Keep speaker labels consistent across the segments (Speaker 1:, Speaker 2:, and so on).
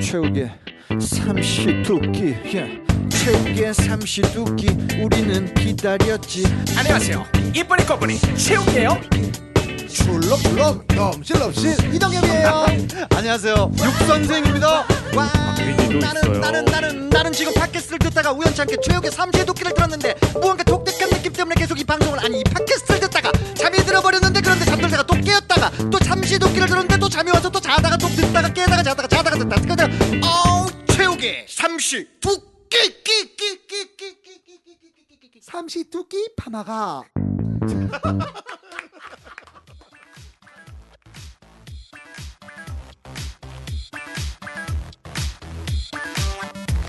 Speaker 1: 최후의 삼시두끼 yeah. 최후의 삼시두끼 우리는 기다렸지
Speaker 2: 안녕하세요. 이쁜이 꺼분이 채울게요.
Speaker 3: 출렁출렁 넘실넘실 이동엽이에요
Speaker 1: 안녕하세요 육선생입니다
Speaker 3: 와
Speaker 4: 박민희도
Speaker 3: 나는
Speaker 4: 있어요.
Speaker 3: 나는 나는 나는 지금 팟캐스트를 듣다가 우연찮게 최욱의 삼시의 도끼를 들었는데 무언가 독특한 느낌 때문에 계속 이 방송을 아니 이 팟캐스트를 듣다가 잠이 들어버렸는데 그런데 잠들다가 또 깨었다가 또 삼시의 도끼를 들었는데 또 잠이 와서 또 자다가 또 듣다가 깨다가 자다가 자다가 듣다가 그냥 어우 최욱의 삼시 도끼 끼끼끼끼끼끼끼끼끼끼끼끼끼 삼시 도끼 파마가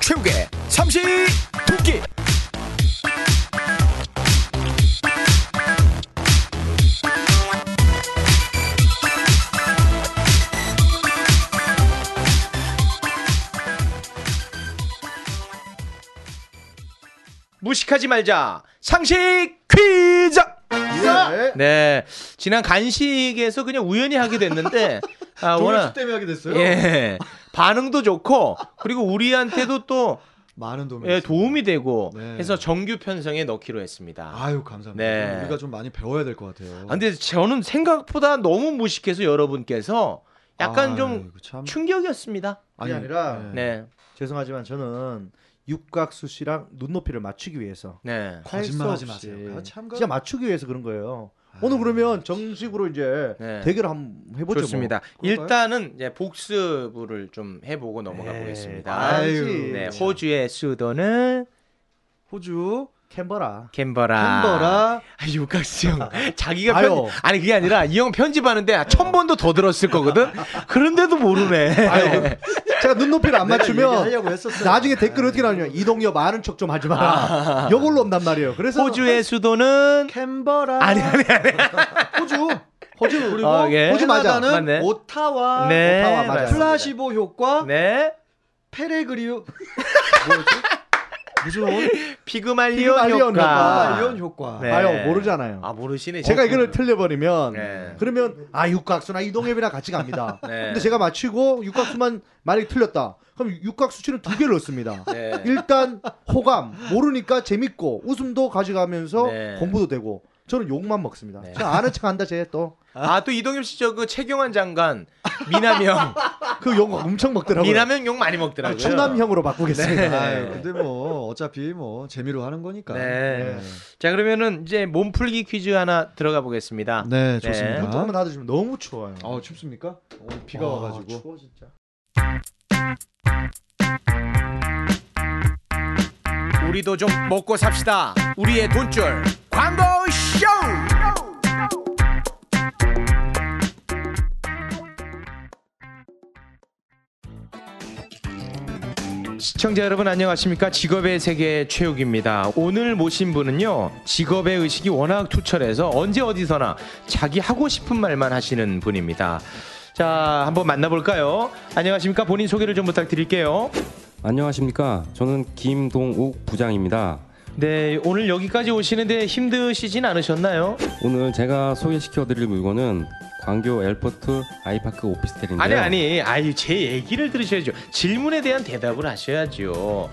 Speaker 2: 최욱의 삼시 두끼. 무식하지 말자. 상식 퀴즈. 네, 지난 간식에서 그냥 우연히 하게 됐는데 아, 워낙
Speaker 4: 때문에 하게 됐어요.
Speaker 2: 예. 반응도 좋고 그리고 우리한테도 또
Speaker 4: 많은 도움이.
Speaker 2: 예,
Speaker 4: 됐습니다.
Speaker 2: 도움이 되고
Speaker 4: 네.
Speaker 2: 해서 정규 편성에 넣기로 했습니다. 아,
Speaker 4: 아유 감사합니다.
Speaker 2: 네.
Speaker 4: 우리가 좀 많이 배워야 될 것 같아요.
Speaker 2: 근데 저는 생각보다 너무 무식해서 여러분께서 약간
Speaker 4: 아이고, 예.
Speaker 2: 좀
Speaker 4: 참.
Speaker 2: 충격이었습니다.
Speaker 5: 그게 아니라 예.
Speaker 2: 네.
Speaker 5: 죄송하지만 저는 육각수 씨랑 눈높이를 맞추기 위해서
Speaker 2: 네.
Speaker 4: 거짓말하지 아.
Speaker 5: 할수 없이
Speaker 4: 마세요. 아, 참가-
Speaker 5: 진짜 맞추기 위해서 그런 거예요. 오늘 그러면 정식으로 이제
Speaker 2: 네.
Speaker 5: 대결 한번 해보죠. 뭐.
Speaker 2: 좋습니다.
Speaker 4: 그럴까요?
Speaker 2: 일단은 이제 복습을 좀 해보고 넘어가 보겠습니다.
Speaker 4: 네. 아유,
Speaker 5: 아유,
Speaker 2: 네,
Speaker 5: 네.
Speaker 2: 호주의 수도는
Speaker 4: 호주
Speaker 5: 캔버라.
Speaker 2: 캔버라.
Speaker 4: 캔버라
Speaker 2: 아, 육각수 형 자기가
Speaker 5: 아유.
Speaker 2: 편집 아니 그게 아니라 이 형 편집하는데 천 번도 더 들었을 거거든. 그런데도 모르네.
Speaker 5: 아유, 제가 눈높이를 안 맞추면
Speaker 4: 하려고 했었어요. 아.
Speaker 5: 나중에 댓글 어떻게 나오냐? 이동엽 아는 척 좀 하지 마라. 이걸로 온단 말이에요. 그래서
Speaker 2: 호주의 수도는
Speaker 4: 캔버라
Speaker 2: 아니 아니 아니.
Speaker 4: 호주 호주 그리고
Speaker 2: 어, 예.
Speaker 4: 호주 맞아
Speaker 2: 맞네.
Speaker 4: 는 오타와
Speaker 2: 네.
Speaker 5: 오타와 맞아요.
Speaker 2: 맞습니다.
Speaker 4: 플라시보 효과
Speaker 2: 네.
Speaker 4: 페레그리오 무슨
Speaker 2: 피그말리온
Speaker 5: 피그말리온
Speaker 2: 효과.
Speaker 5: 효과.
Speaker 4: 이온 효과
Speaker 2: 네.
Speaker 5: 아유 모르잖아요.
Speaker 2: 아 모르시네.
Speaker 5: 제가
Speaker 2: 어,
Speaker 5: 이거를 틀려버리면
Speaker 2: 네.
Speaker 5: 그러면 아 육각수나 이동엽이랑 같이 갑니다.
Speaker 2: 네.
Speaker 5: 근데 제가 맞히고 육각수만 만약에 틀렸다. 그럼 육각수 치는 두 개를 넣습니다.
Speaker 2: 네.
Speaker 5: 일단 호감 모르니까 재밌고 웃음도 가져가면서
Speaker 2: 네.
Speaker 5: 공부도 되고 저는 욕만 먹습니다.
Speaker 2: 네.
Speaker 5: 제가 아는 척 한다 쟤또
Speaker 2: 아또 이동엽 씨 저 그 최경환 장관 미남형
Speaker 5: 그욕 엄청 먹더라고요. 아,
Speaker 2: 미남형 욕 많이 먹더라고요.
Speaker 5: 추남형으로 바꾸겠습니다.
Speaker 4: 아유, 근데 뭐 어차피 뭐 재미로 하는 거니까
Speaker 2: 네. 자 그러면은 이제 몸풀기 퀴즈 하나 들어가 보겠습니다.
Speaker 4: 네, 좋습니다.
Speaker 5: 물 조금만 닫아주면 너무 추워요.
Speaker 4: 어 춥습니까? 오늘 비가
Speaker 5: 아,
Speaker 4: 와가지고
Speaker 5: 추워 진짜.
Speaker 2: 우리도 좀 먹고 삽시다. 우리의 돈줄 광고 쇼. 시청자 여러분 안녕하십니까 직업의 세계 최욱입니다 오늘 모신 분은요 직업의 의식이 워낙 투철해서 언제 어디서나 자기 하고 싶은 말만 하시는 분입니다 자 한번 만나볼까요 안녕하십니까 본인 소개를 좀 부탁드릴게요
Speaker 6: 안녕하십니까. 저는 김동욱 부장입니다.
Speaker 2: 네, 오늘 여기까지 오시는데 힘드시진 않으셨나요?
Speaker 6: 오늘 제가 소개시켜드릴 물건은 광교 엘포트 아이파크 오피스텔인데요.
Speaker 2: 아니, 아니, 아유, 제 얘기를 들으셔야죠. 질문에 대한 대답을 하셔야죠.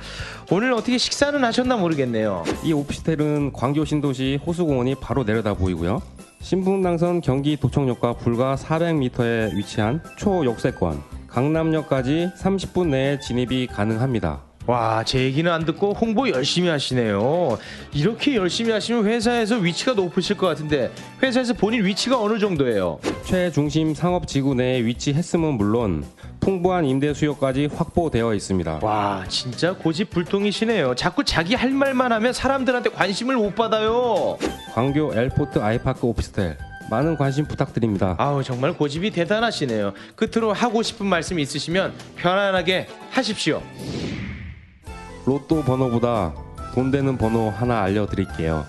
Speaker 2: 오늘 어떻게 식사는 하셨나 모르겠네요.
Speaker 6: 이 오피스텔은 광교 신도시 호수공원이 바로 내려다 보이고요. 신분당선 경기 도청역과 불과 400m에 위치한 초역세권 강남역까지 30분 내에 진입이 가능합니다.
Speaker 2: 와, 제 얘기는 안 듣고 홍보 열심히 하시네요. 이렇게 열심히 하시면 회사에서 위치가 높으실 것 같은데, 회사에서 본인 위치가 어느 정도예요?
Speaker 6: 최중심 상업지구 내에 위치했음은 물론 풍부한 임대 수요까지 확보되어 있습니다.
Speaker 2: 와, 진짜 고집불통이시네요. 자꾸 자기 할 말만 하면 사람들한테 관심을 못 받아요.
Speaker 6: 광교 엘포트 아이파크 오피스텔 많은 관심 부탁드립니다.
Speaker 2: 아우 정말 고집이 대단하시네요. 끝으로 하고 싶은 말씀 있으시면 편안하게 하십시오.
Speaker 6: 로또 번호보다 돈 되는 번호 하나 알려드릴게요.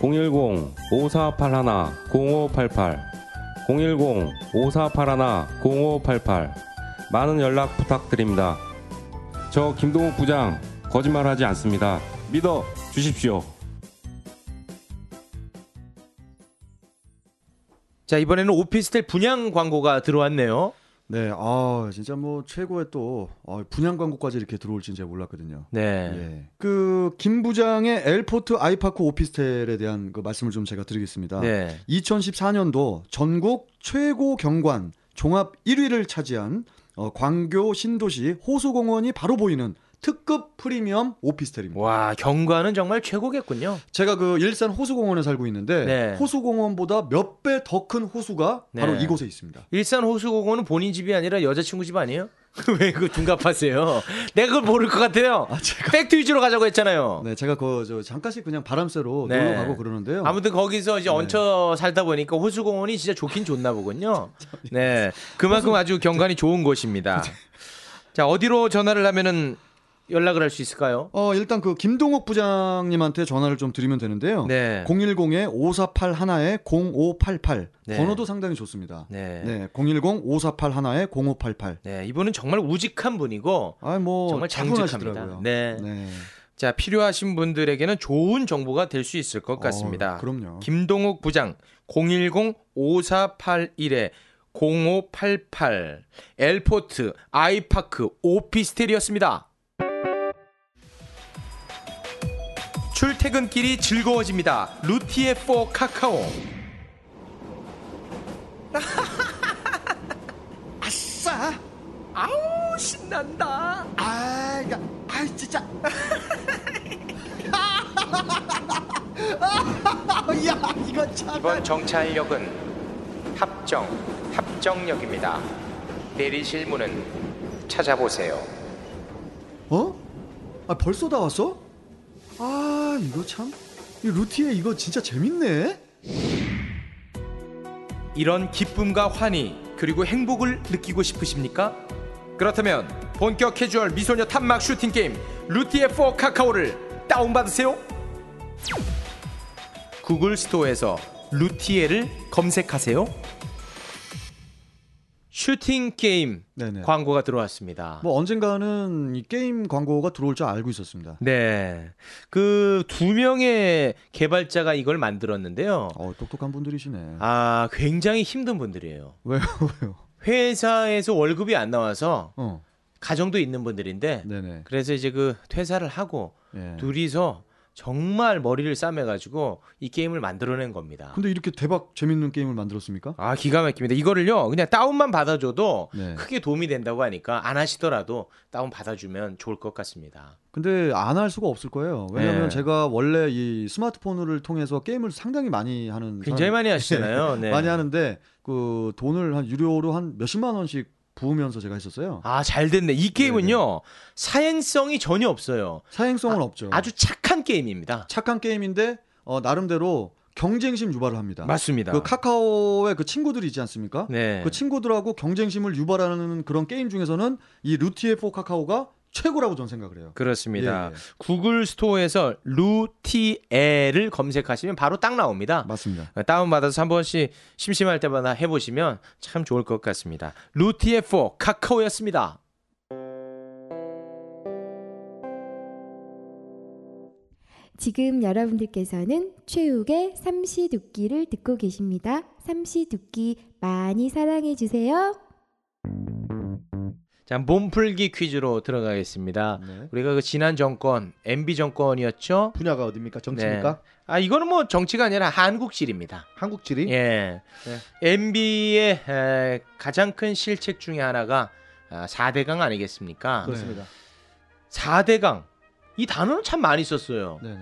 Speaker 6: 010-5481-0588 010-5481-0588 많은 연락 부탁드립니다. 저 김동욱 부장 거짓말하지 않습니다. 믿어 주십시오.
Speaker 2: 자 이번에는 오피스텔 분양 광고가 들어왔네요.
Speaker 4: 네, 아 진짜 뭐 최고의 또 아, 분양 광고까지 이렇게 들어올지는 제가 몰랐거든요.
Speaker 2: 네.
Speaker 4: 예. 그김 부장의 엘포트 아이파크 오피스텔에 대한 그 말씀을 좀 제가 드리겠습니다.
Speaker 2: 네.
Speaker 4: 2014년도 전국 최고 경관 종합 1위를 차지한 어, 광교 신도시 호수공원이 바로 보이는 특급 프리미엄 오피스텔입니다.
Speaker 2: 와 경관은 정말 최고겠군요.
Speaker 4: 제가 그 일산 호수공원에 살고 있는데
Speaker 2: 네.
Speaker 4: 호수공원보다 몇 배 더 큰 호수가 바로
Speaker 2: 네.
Speaker 4: 이곳에 있습니다.
Speaker 2: 일산 호수공원은 본인 집이 아니라 여자친구 집 아니에요? 왜 그 중갑하세요? 내가 그걸 모를 것 같아요. 백투유지로 가자고 했잖아요.
Speaker 4: 네, 제가 그 저 잠깐씩 그냥 바람쐬러
Speaker 2: 네.
Speaker 4: 놀러 가고 그러는데요.
Speaker 2: 아무튼 거기서
Speaker 4: 네.
Speaker 2: 이제 얹혀 살다 보니까 호수공원이 진짜 좋긴 좋나 보군요. 네, 그만큼 아주 경관이 좋은 곳입니다.
Speaker 4: 네.
Speaker 2: 자 어디로 전화를 하면은 연락을 할 수 있을까요?
Speaker 4: 어, 일단 그 김동욱 부장님한테 전화를 좀 드리면 되는데요.
Speaker 2: 네,
Speaker 4: 010-548-1-0588
Speaker 2: 네.
Speaker 4: 번호도 상당히 좋습니다.
Speaker 2: 네, 네,
Speaker 4: 네, 010-548-1-0588
Speaker 2: 이분은 정말 우직한 분이고
Speaker 4: 아, 뭐
Speaker 2: 정말
Speaker 4: 차분하시더라고요. 어,
Speaker 2: 장직합니다. 네. 자 필요하신 분들에는 좋은 정보가 될 수 있을 것 같습니다.
Speaker 4: 어, 그럼요.
Speaker 2: 김동욱 부장 010-5481에 0588 엘포트 아이파크 오피스텔이었습니다. 출퇴근길이 즐거워집니다. 루티의 4 카카오.
Speaker 3: 아싸
Speaker 2: 아우 신난다.
Speaker 3: 아, 이거, 아, 진짜. 야, 이거 참.
Speaker 2: 이번 정찰역은 합정 합정역입니다. 내리실 문은 찾아보세요.
Speaker 4: 어? 아, 벌써 다 왔어? 아, 이거 참. 이 루티에 이거 진짜 재밌네.
Speaker 2: 이런 기쁨과 환희 그리고 행복을 느끼고 싶으십니까? 그렇다면 본격 캐주얼 미소녀 탐막 슈팅 게임 루티의 4 카카오를 다운받으세요. 구글 스토어에서 루티에를 검색하세요. 슈팅 게임
Speaker 4: 네네.
Speaker 2: 광고가 들어왔습니다.
Speaker 4: 뭐 언젠가는 이 게임 광고가 들어올 줄 알고 있었습니다.
Speaker 2: 네. 그 두 명의 개발자가 이걸 만들었는데요.
Speaker 4: 어, 똑똑한 분들이시네.
Speaker 2: 아, 굉장히 힘든 분들이에요.
Speaker 4: 왜요? 왜요?
Speaker 2: 회사에서 월급이 안 나와서
Speaker 4: 어.
Speaker 2: 가정도 있는 분들인데
Speaker 4: 네, 네.
Speaker 2: 그래서 이제 그 퇴사를 하고
Speaker 4: 예.
Speaker 2: 둘이서 정말 머리를 싸매가지고 이 게임을 만들어낸 겁니다.
Speaker 4: 근데 이렇게 대박 재밌는 게임을 만들었습니까?
Speaker 2: 아 기가 막힙니다. 이거를요 그냥 다운만 받아줘도
Speaker 4: 네.
Speaker 2: 크게 도움이 된다고 하니까 안 하시더라도 다운 받아주면 좋을 것 같습니다.
Speaker 4: 근데 안 할 수가 없을 거예요. 왜냐면
Speaker 2: 네.
Speaker 4: 제가 원래 이 스마트폰을 통해서 게임을 상당히 많이 하는
Speaker 2: 굉장히
Speaker 4: 사람-
Speaker 2: 많이 하시잖아요. 네.
Speaker 4: 음, 많이 하는데 그 돈을 한 유료로 한 몇십만 원씩 부으면서 제가 했었어요.
Speaker 2: 아잘 됐네. 이 게임은요 사행성이 전혀 없어요.
Speaker 4: 사행성은 없죠.
Speaker 2: 아주 착한 게임입니다.
Speaker 4: 착한 게임인데 어, 나름대로 경쟁심 유발을 합니다.
Speaker 2: 맞습니다.
Speaker 4: 그 카카오의 그 친구들이 있지 않습니까?
Speaker 2: 네.
Speaker 4: 그 친구들하고 경쟁심을 유발하는 그런 게임 중에서는 이 루티에포 카카오가 최고라고 저는 생각을 해요.
Speaker 2: 그렇습니다.
Speaker 4: 예, 예.
Speaker 2: 구글 스토어에서 루티에를 검색하시면 바로 딱 나옵니다.
Speaker 4: 맞습니다.
Speaker 2: 어, 다운받아서 한 번씩 심심할 때마다 해보시면 참 좋을 것 같습니다. 루티의 4 카카오였습니다.
Speaker 7: 지금 여러분들께서는 최욱의 삼시두끼를 듣고 계십니다. 삼시두끼 많이 사랑해 주세요.
Speaker 2: 자 몸풀기 퀴즈로 들어가겠습니다.
Speaker 4: 네.
Speaker 2: 우리가 그 지난 정권 MB 정권이었죠.
Speaker 5: 분야가 어딥니까? 정치입니까?
Speaker 2: 아 이거는 뭐 정치가 아니라 한국질입니다.
Speaker 5: 한국지리?
Speaker 2: 예. MB의 가장 큰 실책 중에 하나가 아, 4대강 아니겠습니까?
Speaker 5: 그렇습니다.
Speaker 2: 4대강 이 단어는 참 많이 썼어요.
Speaker 4: 네. 네.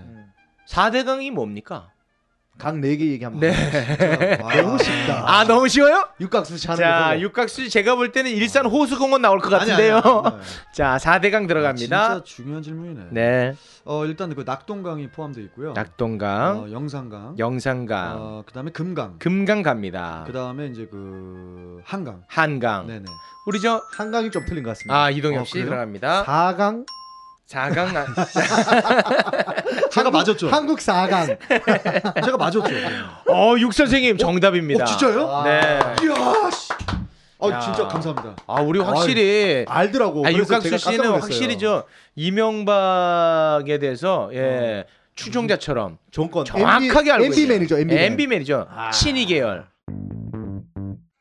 Speaker 2: 사 4대강이 뭡니까?
Speaker 5: 음. 각 네 개 얘기하면
Speaker 2: 네.
Speaker 5: 너무 쉽다.
Speaker 2: 아 너무 쉬워요?
Speaker 5: 육각수 차는
Speaker 2: 자,
Speaker 4: 뭐.
Speaker 5: 거.
Speaker 2: 육각수 제가 볼 때는 일산 호수공원 나올 것 같은데요. 자, 4대강 들어갑니다.
Speaker 4: 아, 진짜 중요한 질문이네.
Speaker 2: 네.
Speaker 4: 어, 일단 그 낙동강이 포함되어 있고요.
Speaker 2: 낙동강,
Speaker 4: 어, 영산강,
Speaker 2: 영산강,
Speaker 4: 어, 그다음에 금강,
Speaker 2: 금강 갑니다.
Speaker 4: 그다음에 이제 그 한강.
Speaker 2: 한강.
Speaker 4: 네네.
Speaker 2: 우리 저
Speaker 5: 한강이 좀 틀린 것 같습니다.
Speaker 2: 아, 이동엽
Speaker 4: 어,
Speaker 2: 씨
Speaker 4: 그래요?
Speaker 2: 들어갑니다.
Speaker 5: 사강
Speaker 2: 사... 강 아,
Speaker 4: 제가 맞았죠.
Speaker 5: 한국 사강
Speaker 4: 제가 맞았죠. 아.
Speaker 2: 어, 육 선생님 정답입니다.
Speaker 4: 어, 진짜요?
Speaker 2: 네.
Speaker 4: 이야. 씨. 어,
Speaker 2: 야.
Speaker 4: 진짜 감사합니다.
Speaker 2: 아, 우리 확실히
Speaker 4: 뭐
Speaker 5: 알더라고.
Speaker 2: 아,
Speaker 5: 그래서
Speaker 2: 육각수
Speaker 5: 제가 깜짝
Speaker 2: 씨는
Speaker 5: 놀랐어요.
Speaker 2: 확실히 저 이명박에 대해서 예,
Speaker 4: 어.
Speaker 2: 추종자처럼
Speaker 5: 정권
Speaker 2: 정확하게 알고
Speaker 5: MB
Speaker 2: 있어요. 네,
Speaker 5: 매니저 MB
Speaker 4: 아.
Speaker 2: MB 매니저 친이 계열.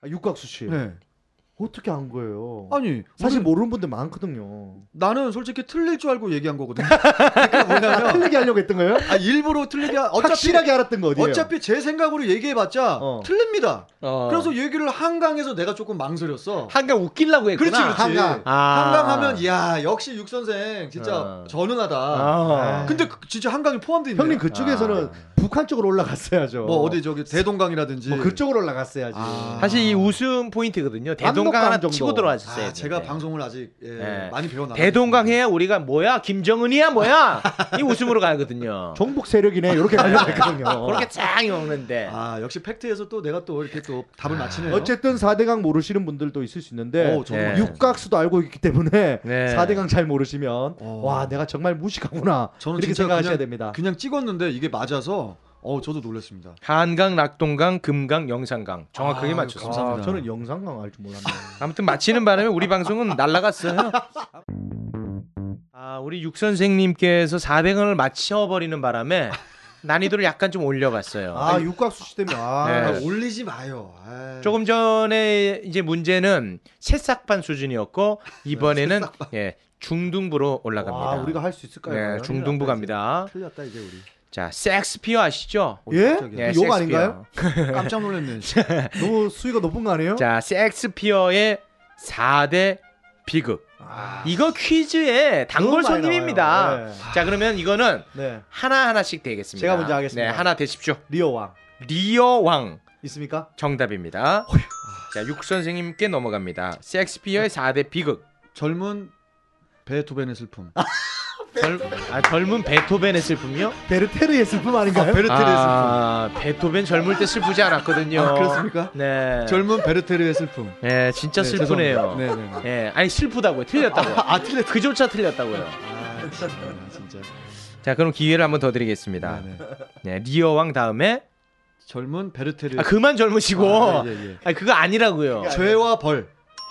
Speaker 5: 아, 육각수 씨
Speaker 4: 네.
Speaker 5: 어떻게 안 거예요?
Speaker 4: 아니
Speaker 5: 사실
Speaker 4: 우리는-
Speaker 5: 뭐- 모르는 분들 많거든요.
Speaker 4: 나는 솔직히 틀릴 줄 알고 얘기한 거거든요. 그러니까 뭐냐면
Speaker 5: 틀리게 하려고 했던 거예요?
Speaker 4: 아, 일부러 틀리게 하- 어차피
Speaker 5: 확실하게 알았던 거 어디예요?
Speaker 4: 어차피 제 생각으로 얘기해봤자
Speaker 5: 어.
Speaker 4: 틀립니다.
Speaker 2: 어.
Speaker 4: 그래서 얘기를 한강에서 내가 조금 망설였어.
Speaker 2: 한강 웃기려고
Speaker 4: 그렇지
Speaker 2: 했구나.
Speaker 4: 그렇지.
Speaker 5: 한강.
Speaker 4: 한강.
Speaker 2: 아.
Speaker 4: 하면 이야 역시 육 선생 진짜
Speaker 2: 어.
Speaker 4: 전은하다.
Speaker 2: 아.
Speaker 4: 근데 그- 진짜 한강이 포함돼 아, 있네.
Speaker 5: 형님 그쪽에서는 북한 쪽으로 올라갔어야죠.
Speaker 4: 뭐 어디 저기 대동강이라든지.
Speaker 5: 뭐 그쪽으로 올라갔어야지.
Speaker 4: 아.
Speaker 2: 사실 이 웃음 포인트거든요. 대동강 하나
Speaker 5: 정도.
Speaker 2: 치고 들어왔었어요.
Speaker 4: 아, 제가 방송을 아직 예,
Speaker 2: 네.
Speaker 4: 많이 배워나.
Speaker 2: 대동강 해야 우리가 뭐야 김정은이야 뭐야 이 웃음으로 가거든요. 어.
Speaker 5: 정북 세력이네 이렇게 가려고 했거든요.
Speaker 2: 그렇게 짱이 먹는데.
Speaker 4: 아 역시 팩트에서 또 내가 또 이렇게 또 답을 맞히네요.
Speaker 5: 어쨌든 4대강 모르시는 분들도 있을 수 있는데
Speaker 4: 오, 정말.
Speaker 2: 네.
Speaker 5: 육각수도 알고 있기 때문에
Speaker 2: 네.
Speaker 5: 4대강 잘 모르시면
Speaker 4: 어.
Speaker 5: 와 내가 정말 무식하구나
Speaker 4: 저는
Speaker 5: 이렇게
Speaker 4: 진짜
Speaker 5: 생각하셔야
Speaker 4: 그냥-
Speaker 5: 됩니다.
Speaker 4: 그냥 찍었는데 이게 맞아서 어 저도 놀랐습니다.
Speaker 2: 한강, 낙동강, 금강, 영산강 정확하게
Speaker 4: 아유,
Speaker 2: 맞췄습니다.
Speaker 4: 감사합니다.
Speaker 5: 아, 저는 영상강 알 줄 몰랐네요.
Speaker 2: 아무튼 마치는 바람에 우리 방송은 날라갔어요. 아, 우리 육 선생님께서 400원을 맞춰버리는 바람에 난이도를 약간 좀 올려갔어요.
Speaker 5: 아 육각수 씨 때문에 아,
Speaker 2: 네.
Speaker 4: 아, 올리지 마요.
Speaker 5: 네.
Speaker 4: 아이.
Speaker 2: 조금 전에 이제 문제는 새싹반 수준이었고 이번에는 예, 중등부로 아, 올라갑니다.
Speaker 4: 아,
Speaker 5: 와, 아, 우리가 할 수 있을까요?
Speaker 2: 네, 중등부 갑니다.
Speaker 5: 틀렸다 이제 우리.
Speaker 2: 자, 섹스피어 아시죠?
Speaker 5: 예?
Speaker 4: 깜짝이야.
Speaker 2: 예,
Speaker 5: 욕
Speaker 2: 섹스피어.
Speaker 5: 아닌가요?
Speaker 4: 깜짝 놀랐네.
Speaker 5: 너무 수위가 높은 거 아니에요?
Speaker 2: 자, 섹스피어의 4대 비극. 이거 퀴즈의 단골
Speaker 5: 아, 너무 많이
Speaker 2: 손님입니다.
Speaker 5: 나와요.
Speaker 2: 자, 그러면 이거는
Speaker 5: 네. 네.
Speaker 2: 하나 하나씩 되겠습니다.
Speaker 5: 제가 먼저 하겠습니다.
Speaker 2: 네, 하나 되십시오.
Speaker 5: 리어왕
Speaker 2: 리어 왕
Speaker 5: 있습니까?
Speaker 2: 정답입니다. 자, 육 선생님께 넘어갑니다. 섹스피어의 4대 비극.
Speaker 4: 젊은 베토벤의 슬픔.
Speaker 5: 아,
Speaker 2: 젊, 아, 젊은 베토벤의 슬픔이요?
Speaker 5: 베르테르의 슬픔 아닌가요?
Speaker 4: 베르테르의
Speaker 2: 아, 베토벤 젊을 때 슬프지 않았거든요.
Speaker 4: 아, 그렇습니까?
Speaker 2: 네.
Speaker 4: 젊은 베르테르의 슬픔.
Speaker 2: 네, 진짜
Speaker 4: 네,
Speaker 2: 슬프네요.
Speaker 4: 죄송합니다. 네, 네, 네.
Speaker 2: 예, 아니 슬프다고요. 틀렸다고요.
Speaker 4: 아 틀렸.
Speaker 2: 그조차 틀렸다고요.
Speaker 4: 아 진짜. 진짜.
Speaker 2: 자, 그럼 기회를 한번 더 드리겠습니다.
Speaker 4: 네, 네.
Speaker 2: 네, 리어 왕 다음에
Speaker 4: 젊은 베르테르.
Speaker 2: 아, 그만 젊으시고. 아,
Speaker 4: 아, 예, 예, 예.
Speaker 2: 그거 아니라고요.
Speaker 4: 죄와 벌.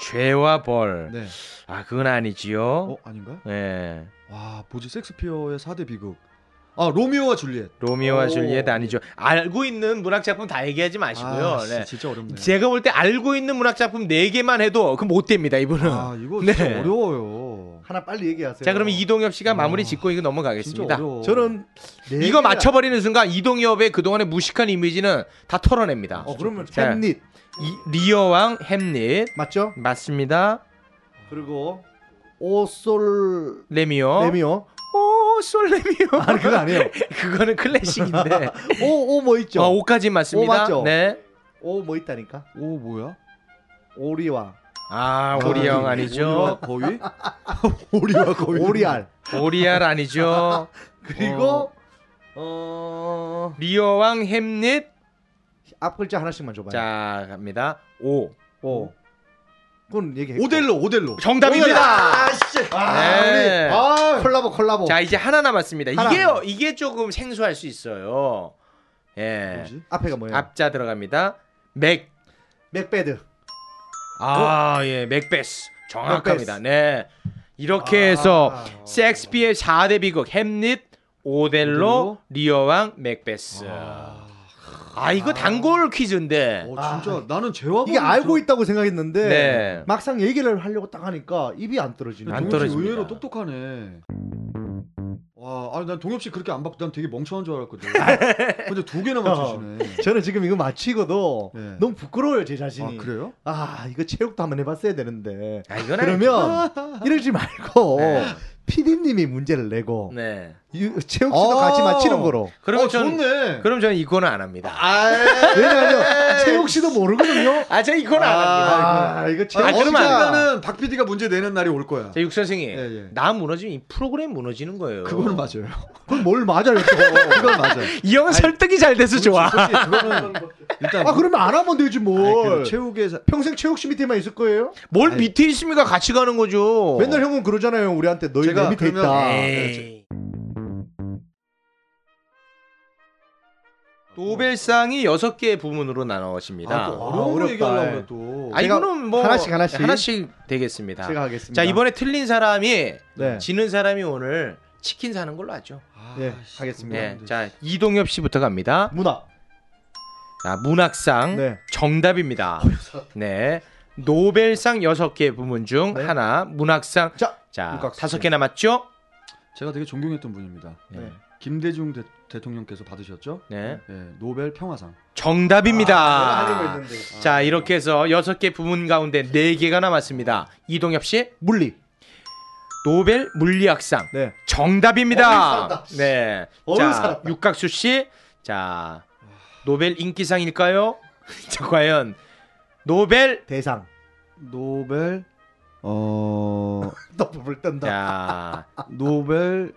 Speaker 2: 죄와 벌.
Speaker 4: 네.
Speaker 2: 아, 그건 아니지요.
Speaker 4: 어 아닌가?
Speaker 2: 예.
Speaker 4: 와 뭐지 섹스피어의 4대 비극. 아 로미오와 줄리엣.
Speaker 2: 로미오와
Speaker 5: 오.
Speaker 2: 줄리엣 아니죠. 알고 있는 문학 작품 다 얘기하지 마시고요.
Speaker 4: 아, 씨,
Speaker 2: 네.
Speaker 4: 진짜 어렵네.
Speaker 2: 제가 볼 때 알고 있는 문학 작품 4개만 해도 그럼 못 됩니다, 이분은.
Speaker 4: 아 이거
Speaker 2: 네.
Speaker 4: 진짜 어려워요.
Speaker 5: 하나 빨리 얘기하세요.
Speaker 2: 자, 그러면 이동엽 씨가
Speaker 4: 아,
Speaker 2: 마무리 짓고 이거
Speaker 4: 진짜
Speaker 2: 넘어가겠습니다.
Speaker 4: 어려워.
Speaker 5: 저는 네
Speaker 2: 이거
Speaker 5: 개가-
Speaker 2: 맞춰 버리는 순간 이동엽의 그동안의 무식한 이미지는 다 털어냅니다.
Speaker 5: 어 그러면
Speaker 2: 자.
Speaker 5: 햄릿
Speaker 2: 이- 리어왕 햄릿
Speaker 5: 맞죠?
Speaker 2: 맞습니다.
Speaker 5: 그리고 오솔
Speaker 4: 어?
Speaker 2: 레미오.
Speaker 5: 레미오
Speaker 2: 오, 솔레미오.
Speaker 5: 아 그건 아니에요.
Speaker 2: 그거는 클래식인데.
Speaker 5: 오 오 뭐 있죠?
Speaker 2: 어, 5까지 맞습니다.
Speaker 5: 오, 맞죠?
Speaker 2: 네.
Speaker 5: 오 뭐 있다니까?
Speaker 4: 아, 오 뭐야?
Speaker 5: 오리와
Speaker 2: 아, 오리왕 아니죠.
Speaker 4: 오리와 거위?
Speaker 5: 오리와 거의 오리알
Speaker 2: 오리알 아니죠.
Speaker 5: 그리고 어...
Speaker 2: 리어왕 햄릿
Speaker 5: 앞 글자 하나씩만 줘봐요.
Speaker 2: 자 갑니다. 오
Speaker 5: 오 그건 얘기해.
Speaker 4: 오델로 오델로.
Speaker 2: 정답입니다. 네.
Speaker 5: 아 콜라보 콜라보.
Speaker 2: 자 이제 하나 남았습니다.
Speaker 5: 하나.
Speaker 2: 이게요 이게 조금 생소할 수 있어요. 예
Speaker 4: 뭐지?
Speaker 5: 앞에가 뭐예요?
Speaker 2: 앞자 들어갑니다. 맥
Speaker 5: 맥베드.
Speaker 2: 아예 맥베스 정확합니다.
Speaker 5: 맥베스.
Speaker 2: 네 이렇게 해서 섹스피의 4대 비극 햄릿 오델로
Speaker 4: 오델로,
Speaker 2: 리어왕 맥베스. 아, 이거 단골 퀴즈인데.
Speaker 4: 어 진짜 나는 죄와
Speaker 5: 이게
Speaker 4: 벌은
Speaker 5: 알고
Speaker 4: 좀-
Speaker 5: 있다고 생각했는데
Speaker 2: 네.
Speaker 5: 막상 얘기를 하려고 딱 하니까 입이 안 떨어지네.
Speaker 2: 안
Speaker 4: 동엽 씨
Speaker 2: 떨어집니다.
Speaker 4: 의외로 똑똑하네. 와, 아니 난 동엽 씨 그렇게 안 바꾸, 난 되게 멍청한 줄 알았거든. 근데 두 개나 맞추시네.
Speaker 5: 저는 지금 이거 마치고도
Speaker 4: 네.
Speaker 5: 어. 너무 부끄러워요 제 자신이.
Speaker 4: 아 그래요?
Speaker 5: 아, 이거 체육도 한번 해봤어야 되는데
Speaker 2: 아 이건
Speaker 5: 그러면 이러지 말고
Speaker 2: 네.
Speaker 5: 피디님이 문제를 내고
Speaker 2: 아니죠. 네.
Speaker 5: 유- 체육 씨도
Speaker 4: 아.
Speaker 5: 같이 맞히는 거로.
Speaker 2: 그러면
Speaker 4: 어,
Speaker 2: 전
Speaker 4: 좋네.
Speaker 2: 그럼 저는 이거는 안 합니다.
Speaker 5: 왜냐하면 체육 씨도 모르거든요.
Speaker 2: 아, 저 이건 안 합니다.
Speaker 5: 아, 이거 체육
Speaker 2: 아,
Speaker 5: 씨가
Speaker 2: 그러면 안
Speaker 4: 언젠가는 박 PD가 문제 내는 날이 올 거야.
Speaker 2: 자, 육 선생님.
Speaker 4: 예, 예.
Speaker 2: 나 무너지면 이 프로그램 무너지는 거예요.
Speaker 4: 그거는 맞아요.
Speaker 5: 그걸 뭘 맞아요? 또.
Speaker 4: 그건 맞아요.
Speaker 2: 이 형은 설득이 잘 돼서 좋아.
Speaker 4: 솔직히 그거는 일단
Speaker 5: 아, 그러면 안 하면 되지
Speaker 4: 아니,
Speaker 5: 뭘.
Speaker 4: 그 최욱의 사-
Speaker 5: 평생 체육 씨 밑에만 있을 거예요?
Speaker 2: 뭘 밑에 있습니까? 같이 가는 거죠. 아,
Speaker 5: 맨날 형은 그러잖아요. 우리한테 너희
Speaker 4: 어. 제가
Speaker 5: 내 밑에
Speaker 4: 그러면- 네.
Speaker 5: 있다.
Speaker 2: 에이. 노벨상이 여섯 개 부문으로 나눠집니다.
Speaker 4: 아, 또
Speaker 5: 아,
Speaker 4: 어려운 거
Speaker 5: 어렵다.
Speaker 4: 얘기하려고 그래, 또.
Speaker 2: 아, 이거는 뭐
Speaker 5: 하나씩, 하나씩.
Speaker 2: 하나씩 되겠습니다.
Speaker 5: 제가 하겠습니다.
Speaker 2: 자, 이번에 틀린 사람이
Speaker 5: 네.
Speaker 2: 지는 사람이 오늘 치킨 사는 걸로 하죠.
Speaker 4: 아,
Speaker 5: 예,
Speaker 4: 씨,
Speaker 5: 하겠습니다.
Speaker 2: 네. 자, 이동엽 씨부터 갑니다.
Speaker 5: 문화.
Speaker 2: 아, 문학상
Speaker 5: 네.
Speaker 2: 정답입니다.
Speaker 5: 어,
Speaker 2: 네. 노벨상 여섯 개 부문 중
Speaker 5: 네.
Speaker 2: 하나, 문학상
Speaker 5: 자,
Speaker 2: 자,
Speaker 5: 문학상.
Speaker 2: 다섯 개 남았죠?
Speaker 4: 제가 되게 존경했던 분입니다.
Speaker 2: 네.
Speaker 4: 김대중 대, 대통령께서 받으셨죠?
Speaker 2: 네.
Speaker 4: 예, 노벨 평화상.
Speaker 2: 정답입니다.
Speaker 5: 아, 하려고 했는데.
Speaker 2: 자, 이렇게 해서 여섯 개 부문 가운데 네 개가 남았습니다. 이동엽 씨
Speaker 5: 물리.
Speaker 2: 노벨 물리학상
Speaker 5: 네.
Speaker 2: 정답입니다.
Speaker 5: 어이, 살았다.
Speaker 2: 네.
Speaker 5: 어이,
Speaker 2: 자,
Speaker 5: 살았다.
Speaker 2: 육각수 씨. 자, 노벨 인기상일까요? 자, 과연 노벨
Speaker 5: 아, 대상.
Speaker 4: 노벨 어
Speaker 5: 너 법을 뜬다.
Speaker 2: 자,
Speaker 4: 노벨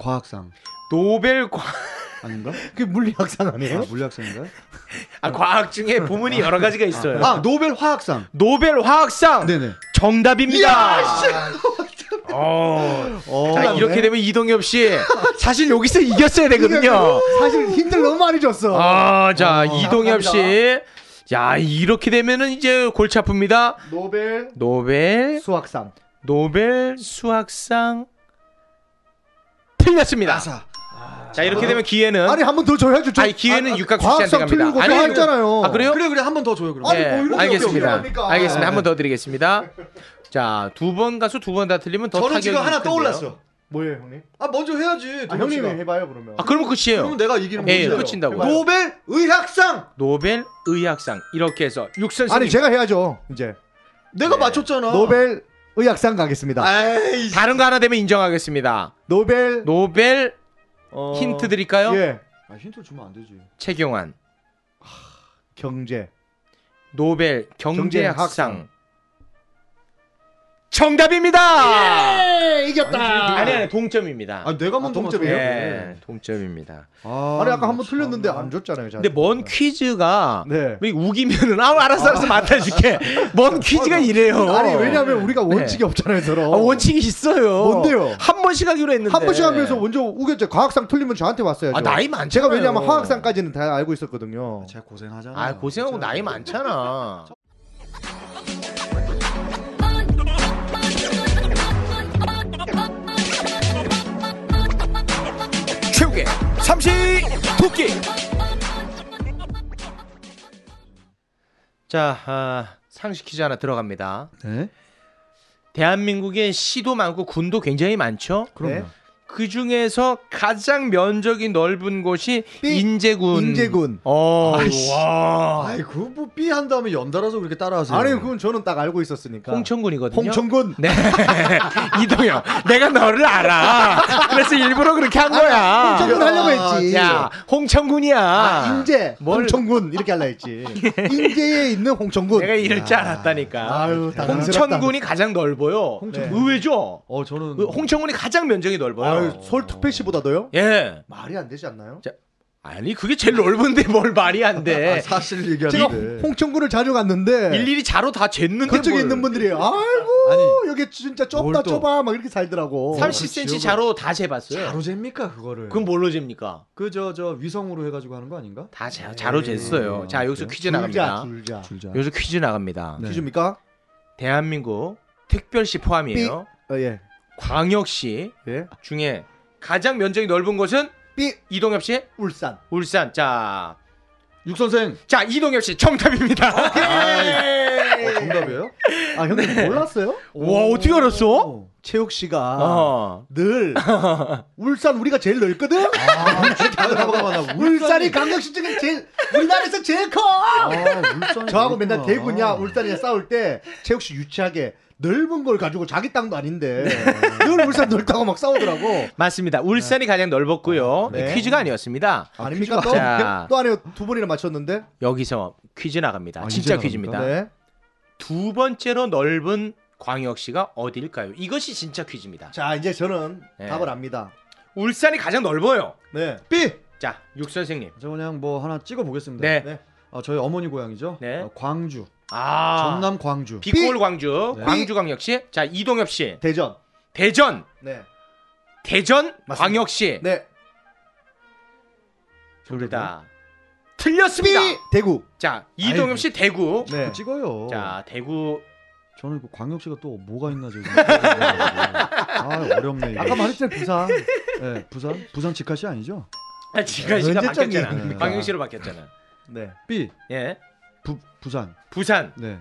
Speaker 4: 과학상
Speaker 2: 노벨 과...
Speaker 4: 아닌가?
Speaker 5: 그게 물리학상
Speaker 4: 아,
Speaker 5: 아니에요?
Speaker 4: 물리학상인가요?
Speaker 2: 아, 과학 중에 부문이 여러 가지가 있어요.
Speaker 4: 아 노벨 화학상.
Speaker 2: 노벨 화학상
Speaker 4: 네네.
Speaker 2: 정답입니다. 어,
Speaker 5: 어,
Speaker 2: 자, 이렇게 되면 이동엽 씨 사실 여기서 이겼어야 되거든요.
Speaker 5: 사실 힘들 너무 많이 줬어.
Speaker 2: 아, 자 이동엽 씨, 야 이렇게 되면은 이제 골치 아픕니다.
Speaker 5: 노벨
Speaker 2: 노벨
Speaker 5: 수학상.
Speaker 2: 노벨 수학상 틀렸습니다. 자 이렇게 되면 기회는
Speaker 5: 아니 한 번 더 줘야죠. 저-
Speaker 2: 아니, 기회는
Speaker 5: 아,
Speaker 2: 육각수
Speaker 5: 과학상
Speaker 2: 씨한테
Speaker 5: 틀린 거
Speaker 2: 갑니다. 아니,
Speaker 5: 좋아했잖아요.
Speaker 2: 아 그래요?
Speaker 4: 그래 그래 한 번 더 줘요 그럼.
Speaker 5: 아니, 뭐 이런 게 어떻게
Speaker 2: 예, 알겠습니다.
Speaker 5: 합니까? 네.
Speaker 2: 알겠습니다. 한 번 더 드리겠습니다. 자, 두 번 가수 두 번 다 틀리면 더
Speaker 4: 저는
Speaker 2: 타격이
Speaker 4: 지금 하나
Speaker 2: 있을 텐데요.
Speaker 4: 떠올랐어.
Speaker 5: 뭐예요 형님?
Speaker 4: 아 먼저 해야지.
Speaker 5: 아,
Speaker 4: 동엽
Speaker 5: 형님이
Speaker 4: 씨가.
Speaker 5: 해봐요 그러면.
Speaker 2: 아, 그러면 끝이에요.
Speaker 4: 그러면 내가 이기는
Speaker 2: 예,
Speaker 4: 거지.
Speaker 2: 끝인다고요.
Speaker 4: 노벨 의학상.
Speaker 2: 노벨 의학상 이렇게 해서 육선생님
Speaker 5: 아니 제가 해야죠 이제.
Speaker 4: 내가
Speaker 2: 네.
Speaker 4: 맞췄잖아.
Speaker 5: 노벨 의학상 가겠습니다.
Speaker 2: 아,
Speaker 4: 에이.
Speaker 2: 다른 거 하나 되면 인정하겠습니다.
Speaker 5: 노벨
Speaker 2: 노벨
Speaker 5: 어,
Speaker 2: 힌트 드릴까요?
Speaker 5: 예.
Speaker 4: 아, 힌트 주면 안 되지.
Speaker 2: 최경환
Speaker 5: 경제.
Speaker 2: 노벨 경제학상
Speaker 5: 경제학상.
Speaker 2: 정답입니다.
Speaker 5: 예! 이겼다.
Speaker 2: 아니 아니 동점입니다.
Speaker 4: 아 내가 먼저
Speaker 5: 동점이에요? 네.
Speaker 2: 예, 동점입니다.
Speaker 4: 아,
Speaker 5: 아니 아까 한 번 틀렸는데 안 줬잖아요.
Speaker 2: 근데 뭔
Speaker 5: 저한테.
Speaker 2: 퀴즈가
Speaker 5: 네.
Speaker 2: 우리 우기면은 아우 알았어 알았어 맡아줄게. 뭔 퀴즈가
Speaker 4: 어.
Speaker 2: 이래요.
Speaker 5: 아니 왜냐면 우리가
Speaker 4: 네.
Speaker 5: 원칙이 없잖아요, 서로.
Speaker 2: 아, 원칙이 있어요.
Speaker 5: 뭔데요?
Speaker 2: 한 번씩 하기로 했는데.
Speaker 5: 한 번씩 하면서 먼저 우겼죠. 과학상 틀리면 저한테 왔어요.
Speaker 2: 아, 나이 많잖아요.
Speaker 5: 제가 왜냐면 화학상까지는 다 알고 있었거든요.
Speaker 4: 제가 고생하잖아.
Speaker 2: 아 고생하고 나이 많잖아. 최욱의 삼시 토끼. 자 아, 상식 퀴즈 하나 들어갑니다.
Speaker 4: 네.
Speaker 2: 대한민국에 시도 많고 군도 굉장히 많죠.
Speaker 4: 네?
Speaker 5: 그럼요.
Speaker 2: 그 중에서 가장 면적이 넓은 곳이
Speaker 5: 삐.
Speaker 2: 인제군.
Speaker 5: 인제군.
Speaker 2: 어. 와.
Speaker 4: 아이 그뭐 B 한 다음에 연달아서 그렇게 따라하세요.
Speaker 5: 아니 그건 저는 딱 알고 있었으니까.
Speaker 2: 홍천군이거든요.
Speaker 5: 그러니까 홍천군.
Speaker 2: 네. 이동현. 내가 너를 알아. 그래서 일부러 그렇게 한 거야.
Speaker 5: 아, 홍천군 하려고 했지.
Speaker 2: 야, 홍천군이야.
Speaker 5: 아, 인제
Speaker 2: 뭘-
Speaker 5: 홍천군 이렇게 할라 했지. 인제에 있는 홍천군.
Speaker 2: 내가 이럴 줄 알았다니까.
Speaker 5: 아유, 당황스럽다.
Speaker 2: 홍천군이 가장 넓어요. 네.
Speaker 5: 홍천군.
Speaker 2: 의외죠?
Speaker 4: 어 저는
Speaker 2: 그 홍천군이 가장 면적이 넓어요.
Speaker 5: 아유, 서울 특별시보다도요?
Speaker 2: 예.
Speaker 5: 말이 안 되지 않나요?
Speaker 2: 아니, 그게 제일 넓은데 뭘 말이 안
Speaker 5: 아,
Speaker 2: 돼.
Speaker 4: 사실
Speaker 5: 네. 제가
Speaker 4: 얘기하는데.
Speaker 5: 홍천군을 자주 갔는데
Speaker 2: 일일이 자로 다 쟀는데
Speaker 5: 네. 그쪽에
Speaker 2: 뭘.
Speaker 5: 있는 분들이 아이고
Speaker 4: 아니
Speaker 5: 여기 진짜
Speaker 4: 뭘
Speaker 5: 좁다
Speaker 4: 또.
Speaker 5: 좁아 막 이렇게 살더라고.
Speaker 2: 30cm 어, 자로 다 재봤어요.
Speaker 4: 자로 잽니까 그거를?
Speaker 2: 네. 그건 뭘로 잽니까?
Speaker 4: 그저 저 위성으로 해가지고 하는 거 아닌가?
Speaker 2: 다 자, 자로 쟀어요. 자, 여기서 퀴즈 나갑니다.
Speaker 5: 줄자 줄자.
Speaker 4: 줄자.
Speaker 2: 여기서 퀴즈 나갑니다.
Speaker 4: 네.
Speaker 5: 퀴즈입니까?
Speaker 2: 대한민국 특별시 포함이에요.
Speaker 5: 어, 예.
Speaker 2: 광역시
Speaker 5: 예.
Speaker 2: 중에 가장 면적이 넓은 곳은
Speaker 5: 삐
Speaker 2: 이동엽 씨
Speaker 5: 울산.
Speaker 2: 울산. 자,
Speaker 4: 육 선생.
Speaker 2: 자 이동엽 씨 정답입니다.
Speaker 4: 어, 정답이에요?
Speaker 5: 아 형님 몰랐어요?
Speaker 2: 와 어떻게 알았어?
Speaker 4: 어.
Speaker 5: 최욱 씨가
Speaker 2: 어.
Speaker 5: 늘 울산 우리가 제일 넓거든.
Speaker 4: 아, 잠깐만 나
Speaker 5: 울산이 강력시 중에 제일 우리나라에서 제일 커.
Speaker 4: 아, 울산이
Speaker 5: 저하고 맨날
Speaker 4: 그렇구나.
Speaker 5: 대구냐 울산이냐 싸울 때 최욱 씨 유치하게 넓은 걸 가지고 자기 땅도 아닌데
Speaker 4: 네.
Speaker 5: 늘 울산 넓다고 막 싸우더라고.
Speaker 2: 맞습니다. 울산이 가장 넓었고요.
Speaker 5: 네.
Speaker 2: 퀴즈가 아니었습니다.
Speaker 5: 아닙니까 또?
Speaker 2: 자.
Speaker 5: 또 아니요 두 번이나 맞췄는데.
Speaker 2: 여기서 퀴즈 나갑니다.
Speaker 4: 아,
Speaker 2: 진짜
Speaker 4: 이제
Speaker 2: 퀴즈입니다.
Speaker 5: 네.
Speaker 2: 두 번째로 넓은 광역시가 어딜까요? 이것이 진짜 퀴즈입니다.
Speaker 5: 자 이제 저는
Speaker 2: 네.
Speaker 5: 답을 압니다.
Speaker 2: 울산이 가장 넓어요.
Speaker 5: 네.
Speaker 4: 삐.
Speaker 2: 자, 육 선생님.
Speaker 4: 저 그냥 뭐 하나 찍어 보겠습니다.
Speaker 2: 네.
Speaker 5: 네.
Speaker 4: 어, 저희 어머니 고향이죠.
Speaker 2: 네.
Speaker 4: 어, 광주.
Speaker 2: 아.
Speaker 4: 전남 광주.
Speaker 2: 비콜 광주,
Speaker 4: 네.
Speaker 2: 광주광역시. 자, 이동엽 씨.
Speaker 5: 대전.
Speaker 2: 대전,
Speaker 5: 네.
Speaker 2: 대전
Speaker 5: 맞습니다.
Speaker 2: 광역시.
Speaker 5: 네.
Speaker 2: 둘 다. 틀렸습니다.
Speaker 5: 삐 대구.
Speaker 2: 자, 이동엽
Speaker 4: 아이고.
Speaker 2: 씨 대구.
Speaker 5: 네.
Speaker 4: 찍어요.
Speaker 2: 자, 대구.
Speaker 4: 저는 그 광역시가 또 뭐가 있나 저기. 아 어렵네. 이거.
Speaker 5: 아까 말했잖아요 부산.
Speaker 4: 네, 부산 부산 직할시 아니죠?
Speaker 2: 아, 지가 지가
Speaker 5: 언제적인
Speaker 2: 바뀌었잖아.
Speaker 5: 얘기입니까?
Speaker 2: 광역시로 바뀌었잖아.
Speaker 5: 네.
Speaker 4: B
Speaker 2: 예.
Speaker 4: 부, 부산.
Speaker 2: 부산
Speaker 4: 네.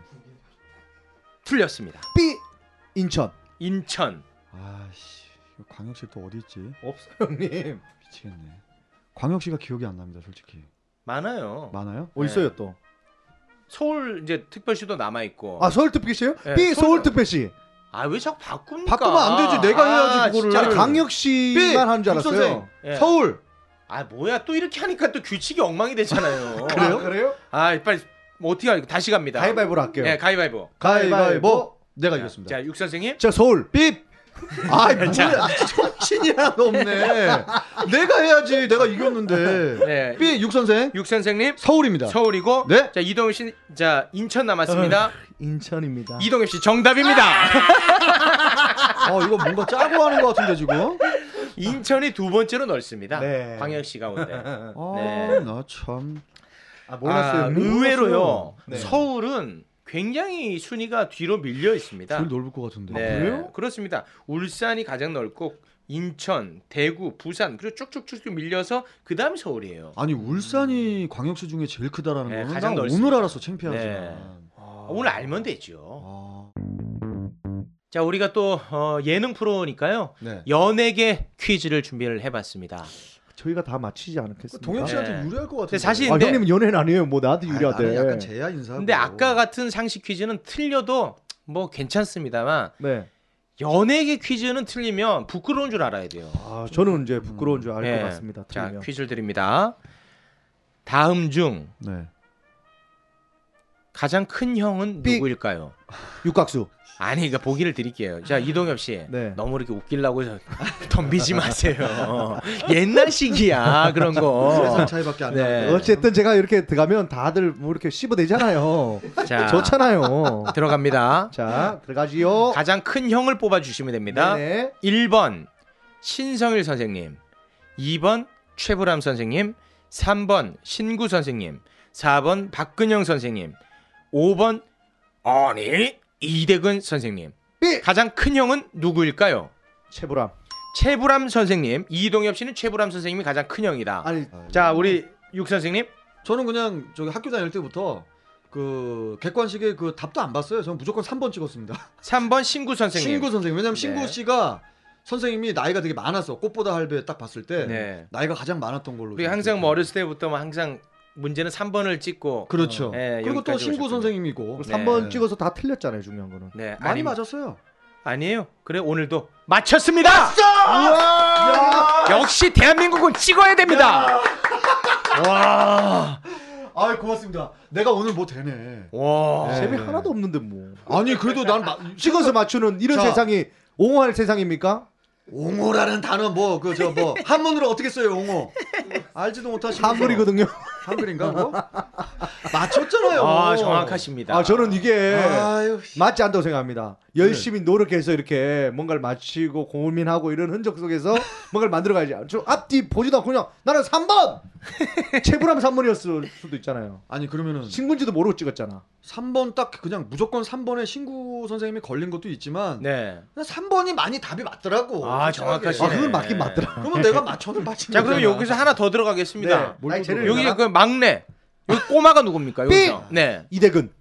Speaker 2: 틀렸습니다.
Speaker 5: B 인천
Speaker 2: 인천
Speaker 4: 아씨 광역시 또 어디 있지?
Speaker 5: 없어 형님.
Speaker 4: 미치겠네. 광역시가 기억이 안 납니다, 솔직히.
Speaker 2: 많아요.
Speaker 4: 많아요?
Speaker 5: 어디 있어요 또?
Speaker 2: 서울 이제 특별시도 남아 있고.
Speaker 5: 아 서울 특별시요?
Speaker 2: 네,
Speaker 5: B
Speaker 2: 서울
Speaker 5: 서울 특별시.
Speaker 2: 아 왜 자꾸 바꿉니까?
Speaker 4: 바꾸면 안 되지. 내가 해야지, 그거를.
Speaker 2: 진짜.
Speaker 5: 아니,
Speaker 4: B,
Speaker 5: 강력시만 하는 줄
Speaker 4: 육
Speaker 5: 알았어요.
Speaker 4: 선생.
Speaker 2: 예.
Speaker 4: 서울.
Speaker 2: 아 뭐야 또 이렇게 하니까 또 규칙이 엉망이 되잖아요.
Speaker 5: 아, 그래요?
Speaker 2: 아 빨리 뭐 어떻게 할까? 다시
Speaker 4: 네.
Speaker 2: 갑니다.
Speaker 5: 가위바위보로 할게요.
Speaker 2: 예, 가위바위보.
Speaker 4: 가위바위보. 내가
Speaker 2: 자,
Speaker 4: 이겼습니다.
Speaker 2: 자, 육 선생님.
Speaker 5: 자 서울.
Speaker 4: 삐. 아, 뭐야. 정신이란 없네. 내가 해야지. 내가 이겼는데.
Speaker 2: 네.
Speaker 4: 삐 육선생.
Speaker 2: 육 선생님.
Speaker 4: 서울입니다.
Speaker 2: 서울이고
Speaker 4: 네.
Speaker 2: 자, 이동엽 씨. 자, 인천 남았습니다.
Speaker 5: 인천입니다.
Speaker 2: 이동엽 씨 정답입니다.
Speaker 4: 어, 이거 뭔가 짜고 하는 것 같은데 지금.
Speaker 2: 인천이 두 번째로 넓습니다.
Speaker 5: 네.
Speaker 2: 광역시 가운데.
Speaker 4: 아,
Speaker 2: 네.
Speaker 4: 나 참.
Speaker 5: 아 몰랐어요.
Speaker 2: 아,
Speaker 5: 형님.
Speaker 2: 의외로요.
Speaker 5: 네.
Speaker 2: 서울은 굉장히 순위가 뒤로 밀려 있습니다.
Speaker 4: 제일 넓을 것 같은데.
Speaker 5: 아,
Speaker 2: 네, 그렇습니다. 울산이 가장 넓고 인천, 대구, 부산 그리고 쭉쭉쭉쭉 밀려서 그다음 이 서울이에요.
Speaker 4: 아니 울산이 광역시 중에 제일 크다라는
Speaker 2: 네,
Speaker 4: 거는
Speaker 2: 가장
Speaker 4: 난
Speaker 2: 넓습니다.
Speaker 4: 오늘 알아서 창피하지만.
Speaker 2: 아, 오늘 알면 되죠.
Speaker 4: 아,
Speaker 2: 자, 우리가 또 어, 예능 프로니까요.
Speaker 4: 네.
Speaker 2: 연예계 퀴즈를 준비를 해봤습니다.
Speaker 5: 저희가 다 맞히지 않겠습니까?
Speaker 4: 그 동현 씨한테
Speaker 2: 네.
Speaker 4: 유리할 것
Speaker 2: 근데
Speaker 4: 같은데.
Speaker 2: 사실
Speaker 5: 아,
Speaker 2: 근데,
Speaker 5: 형님은 연예인 아니에요. 뭐 나한테 유리하대. 네.
Speaker 4: 나는 약간 제야 인사.
Speaker 2: 근데 아까 같은 상식 퀴즈는 틀려도 뭐 괜찮습니다만
Speaker 5: 네.
Speaker 2: 연예계 퀴즈는 틀리면 부끄러운 줄 알아야 돼요.
Speaker 5: 아 저는 이제
Speaker 4: 음.
Speaker 5: 부끄러운 줄 알 것
Speaker 2: 네.
Speaker 5: 같습니다.
Speaker 2: 자,
Speaker 5: 틀리면.
Speaker 2: 퀴즈를 드립니다. 다음 중
Speaker 4: 네.
Speaker 2: 가장 큰 형은
Speaker 5: 삑.
Speaker 2: 누구일까요?
Speaker 4: 그
Speaker 5: 육각수.
Speaker 2: 아니, 그러니까 보기를 드릴게요. 자, 이동엽 씨.
Speaker 5: 네.
Speaker 4: 어.
Speaker 2: 너무 이렇게 웃기려고 저- 덤비지 마세요. 옛날식이야, 그런 거.
Speaker 4: 세상 차이밖에 안
Speaker 2: 네.
Speaker 4: 나.
Speaker 2: 네.
Speaker 5: 어쨌든 제가 이렇게 들어가면 다들 뭐 이렇게 씹어대잖아요.
Speaker 2: 자,
Speaker 5: 좋잖아요.
Speaker 2: 들어갑니다.
Speaker 5: 자 들어가지요.
Speaker 2: 가장 큰 형을 뽑아 주시면 됩니다.
Speaker 5: 네네.
Speaker 2: 1번 신성일 선생님, 2번 최불암 선생님, 3번 신구 선생님, 4번 박근영 선생님, 5번 아니 이대근 선생님.
Speaker 4: 네.
Speaker 5: 삐.
Speaker 2: 가장 큰 형은 누구일까요?
Speaker 5: 최불암.
Speaker 2: 최불암 선생님, 이동엽 씨는 최불암 선생님이 가장 큰 형이다.
Speaker 5: 아니
Speaker 2: 자, 우리 육 선생님.
Speaker 4: 저는 그냥 저기 학교 다닐 때부터 그 객관식의 그 답도 안 봤어요. 저는 무조건 3번 찍었습니다.
Speaker 2: 3번 신구 선생님.
Speaker 4: 신구 선생님. 왜냐면 신구
Speaker 2: 네.
Speaker 4: 씨가 선생님이 나이가 되게 많았어. 꽃보다 할배 딱 봤을 때
Speaker 2: 네.
Speaker 4: 나이가 가장 많았던 걸로.
Speaker 2: 우리
Speaker 4: 저는
Speaker 2: 항상
Speaker 4: 기억해요.
Speaker 2: 뭐 어렸을 때부터 뭐 항상 문제는 3번을 찍고
Speaker 4: 그렇죠.
Speaker 2: 네,
Speaker 4: 그리고 또
Speaker 2: 여기까지
Speaker 4: 신구
Speaker 2: 오셨군요.
Speaker 4: 선생님이고
Speaker 2: 네.
Speaker 5: 3번 찍어서 다 틀렸잖아요. 중요한 거는.
Speaker 2: 네,
Speaker 4: 많이
Speaker 2: 아니,
Speaker 4: 맞았어요.
Speaker 2: 아니에요. 그래 오늘도 맞췄습니다. 역시 대한민국은 찍어야 됩니다.
Speaker 4: 아 고맙습니다. 내가 오늘 뭐 되네.
Speaker 2: 와.
Speaker 5: 재미 하나도 없는데 뭐.
Speaker 4: 아니 그래도 난 마-
Speaker 5: 찍어서 맞추는 이런
Speaker 4: 자.
Speaker 5: 세상이 옹호할 세상입니까?
Speaker 4: 옹호라는 단어 뭐 그 저 뭐 한문으로 어떻게 써요 옹호? 그 알지도 못하시고
Speaker 5: 한글이거든요.
Speaker 4: 한글인가 뭐? 맞췄잖아요.
Speaker 2: 아, 정확하십니다.
Speaker 5: 아 저는
Speaker 2: 네.
Speaker 5: 이게
Speaker 4: 아유, 씨.
Speaker 5: 맞지 않다고 생각합니다.
Speaker 4: 네.
Speaker 5: 열심히 노력해서 이렇게 뭔가를 마치고 고민하고 이런 흔적 속에서 뭔가를 만들어가야지. 저 앞뒤 보지도 않고 그냥 나는 3번! 최불암 3번이었을 수도 있잖아요.
Speaker 4: 아니 그러면은
Speaker 5: 친구인지도 모르고 찍었잖아.
Speaker 4: 3번 딱 그냥 무조건 3번에 신구 선생님이 걸린 것도 있지만
Speaker 2: 네.
Speaker 4: 그냥 3번이 많이 답이 맞더라고.
Speaker 2: 아,
Speaker 4: 솔직하게.
Speaker 2: 정확하시네.
Speaker 5: 아, 그건 맞긴 맞더라.
Speaker 4: 그러면 내가 맞춰는 맞힌
Speaker 2: 자, 그럼
Speaker 4: 거잖아.
Speaker 2: 여기서 하나 더 들어가겠습니다.
Speaker 5: 네, 뭘
Speaker 4: 아니, 쟤를
Speaker 5: 보고
Speaker 2: 여기
Speaker 5: 있나?
Speaker 2: 그 막내. 여기 꼬마가 누굽니까? 여기서. 네.
Speaker 5: 이대근.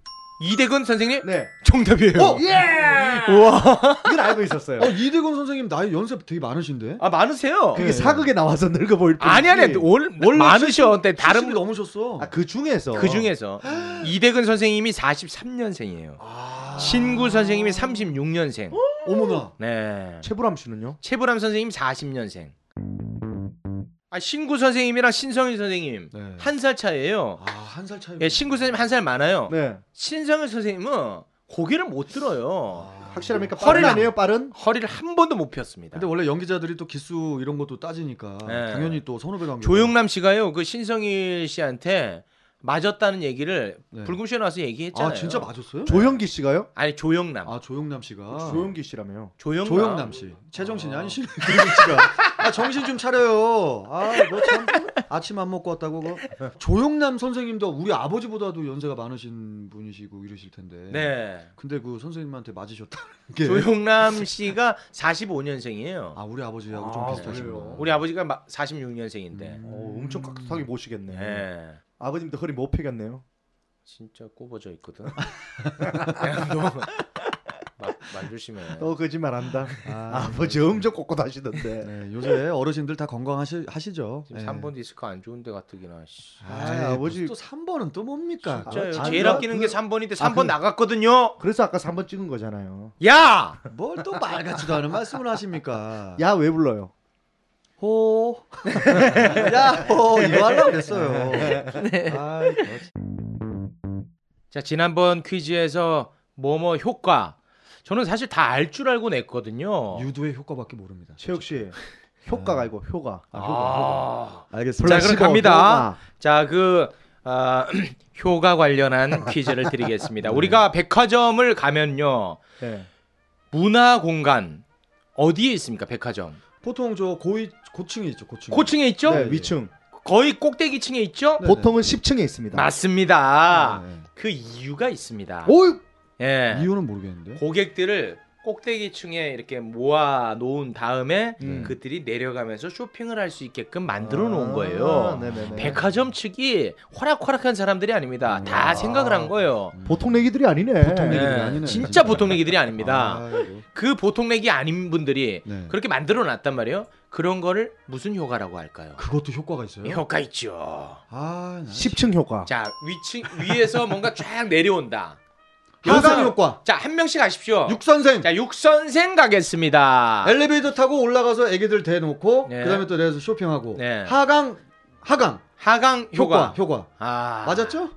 Speaker 2: 이대근 선생님? 어?
Speaker 5: 네.
Speaker 2: 정답이에요. 네.
Speaker 5: 이건 알고 있었어요.
Speaker 4: 어 이대건 선생님 나이 연세 되게 많으신데. 네.
Speaker 2: 아, 많으세요.
Speaker 5: 그게 사극에 나와서 늙어 보일 뿐.
Speaker 2: 아니 아니 올, 많으셔. 근데
Speaker 4: 다른
Speaker 2: 다른
Speaker 4: 넘으셨어.
Speaker 5: 아, 그 중에서.
Speaker 2: 그 중에서 이대근 선생님이 43년생이에요. 신구 선생님이 36년생.
Speaker 4: 어머나.
Speaker 2: 네.
Speaker 5: 최불암 씨는요?
Speaker 2: 최불암 선생님 40년생. 아 신구 선생님이랑 신성일 선생님
Speaker 4: 네.
Speaker 2: 한 살 차이예요.
Speaker 4: 아한 살 차이.
Speaker 2: 예, 신구 선생님 한 살 많아요.
Speaker 5: 네.
Speaker 2: 신성일 선생님은 고개를 못
Speaker 4: 아.
Speaker 2: 들어요.
Speaker 5: 확실합니까?
Speaker 2: 허리랑-
Speaker 5: 빠른 아니에요, 빠른?
Speaker 2: 허리를 한 번도 못 폈습니다.
Speaker 4: 근데 뭐 원래 연기자들이 또 기수 이런 것도 따지니까
Speaker 2: 네.
Speaker 4: 당연히 또 선후배 아, 관계.
Speaker 2: 조영남 씨가요 그 신성일 씨한테 맞았다는 얘기를
Speaker 4: 네.
Speaker 2: 불금쇼에 나와서 얘기했잖아요.
Speaker 4: 아 진짜 맞았어요?
Speaker 5: 조영기 씨가요?
Speaker 2: 아니 조영남.
Speaker 4: 아 조영남 씨가
Speaker 5: 조영기 씨라며요.
Speaker 2: 조영남.
Speaker 4: 조영남 씨 제정신이 아니시네 조영남 씨가 아 정신 좀 차려요 아너참 아침 안 먹고 왔다고 그거. 조영남 선생님도 우리 아버지보다도 연세가 많으신 분이시고 이러실 텐데
Speaker 2: 네.
Speaker 4: 근데 그 선생님한테 맞으셨다는 게 아
Speaker 2: 조영남 씨가 45년생이에요.
Speaker 4: 우리 아버지하고
Speaker 5: 아,
Speaker 4: 좀 비슷하시구나
Speaker 5: 그래요?
Speaker 4: 음.
Speaker 2: 우리 아버지가 46년생인데.
Speaker 5: 어, 엄청 깍듯하게 모시겠네.
Speaker 2: 음. 네.
Speaker 5: 아버님도 허리 못 펴겠네요.
Speaker 2: 진짜 꼽아져 있거든. 야, 너무 말, 말 조심해.
Speaker 5: 또 거짓말한다.
Speaker 4: 아,
Speaker 5: 아버지 엄청 꼿꼿하시던데.
Speaker 4: 네, 요새 어르신들 다 건강하시 하시죠. 네.
Speaker 2: 지금 3번 디스크 안 좋은 데 가뜩이나. 씨.
Speaker 5: 네. 아, 아버지.
Speaker 4: 또 3번은 또 뭡니까?
Speaker 5: 진짜요.
Speaker 4: 아,
Speaker 5: 아,
Speaker 2: 제일
Speaker 5: 나-
Speaker 2: 아끼는 게 3번인데
Speaker 5: 아,
Speaker 2: 3번
Speaker 5: 그-
Speaker 2: 나갔거든요.
Speaker 5: 그래서 아까 3번 찍은 거잖아요.
Speaker 2: 야!
Speaker 4: 뭘또 말 같지도 않은 말씀을 하십니까?
Speaker 5: 야 왜 불러요?
Speaker 4: 호. 야, 호. 이거 하려고 그랬어요.
Speaker 5: 네.
Speaker 2: 네.
Speaker 4: 아,
Speaker 2: 자, 지난번 퀴즈에서 뭐뭐 효과. 저는 사실 다 알 줄 알고 냈거든요.
Speaker 4: 유도의 효과밖에 모릅니다.
Speaker 5: 최욱 씨 효과가 아니고 효과.
Speaker 2: 아,
Speaker 4: 알겠습니다.
Speaker 2: 자, 그럼 갑니다.
Speaker 5: 아,
Speaker 2: 자, 그 아, 효과 관련한 퀴즈를 드리겠습니다. 우리가 백화점을 가면요.
Speaker 5: 네.
Speaker 2: 문화 공간 어디에 있습니까? 백화점.
Speaker 4: 보통 저 고위 고층이 있죠. 고층.
Speaker 2: 고층에 있죠?
Speaker 5: 네, 위층.
Speaker 2: 거의 꼭대기층에 있죠?
Speaker 4: 네.
Speaker 5: 보통은 10층에 있습니다.
Speaker 2: 맞습니다.
Speaker 4: 네, 네.
Speaker 2: 그 이유가 있습니다.
Speaker 5: 오,
Speaker 2: 예.
Speaker 4: 이유는 모르겠는데.
Speaker 2: 고객들을 꼭대기층에 이렇게 모아 놓은 다음에
Speaker 5: 음.
Speaker 2: 그들이 내려가면서 쇼핑을 할 수 있게끔 만들어 놓은
Speaker 5: 아,
Speaker 2: 거예요.
Speaker 5: 네네네.
Speaker 2: 백화점 측이 호락호락한 사람들이 아닙니다. 다
Speaker 5: 아.
Speaker 2: 생각을 한 거예요.
Speaker 5: 보통 내기들이 아니네.
Speaker 4: 음. 보통
Speaker 2: 예,
Speaker 4: 내기. 얘기들이 아니네,
Speaker 2: 진짜
Speaker 4: 진짜.
Speaker 2: 보통 얘기들이 아닙니다.
Speaker 4: 아이고.
Speaker 2: 그 보통 얘기 아닌 분들이
Speaker 4: 네.
Speaker 2: 그렇게 만들어 놨단 말이에요. 그런 거를 무슨 효과라고 할까요?
Speaker 4: 그것도 효과가 있어요.
Speaker 2: 효과 있죠.
Speaker 4: 아, 나-
Speaker 5: 10층 효과.
Speaker 2: 자, 위층 위에서 뭔가 쫙 내려온다.
Speaker 4: 하강
Speaker 2: 여기서-
Speaker 4: 효과.
Speaker 2: 자, 한 명씩 가십시오.
Speaker 4: 육 네. 선생.
Speaker 2: 자, 육선생 가겠습니다.
Speaker 4: 엘리베이터 타고 올라가서 애기들 대놓고
Speaker 2: 네.
Speaker 4: 그다음에 또 내려서 쇼핑하고
Speaker 2: 네.
Speaker 4: 하강 하강
Speaker 2: 하강 효과.
Speaker 4: 효과 효과
Speaker 2: 아,
Speaker 4: 맞았죠?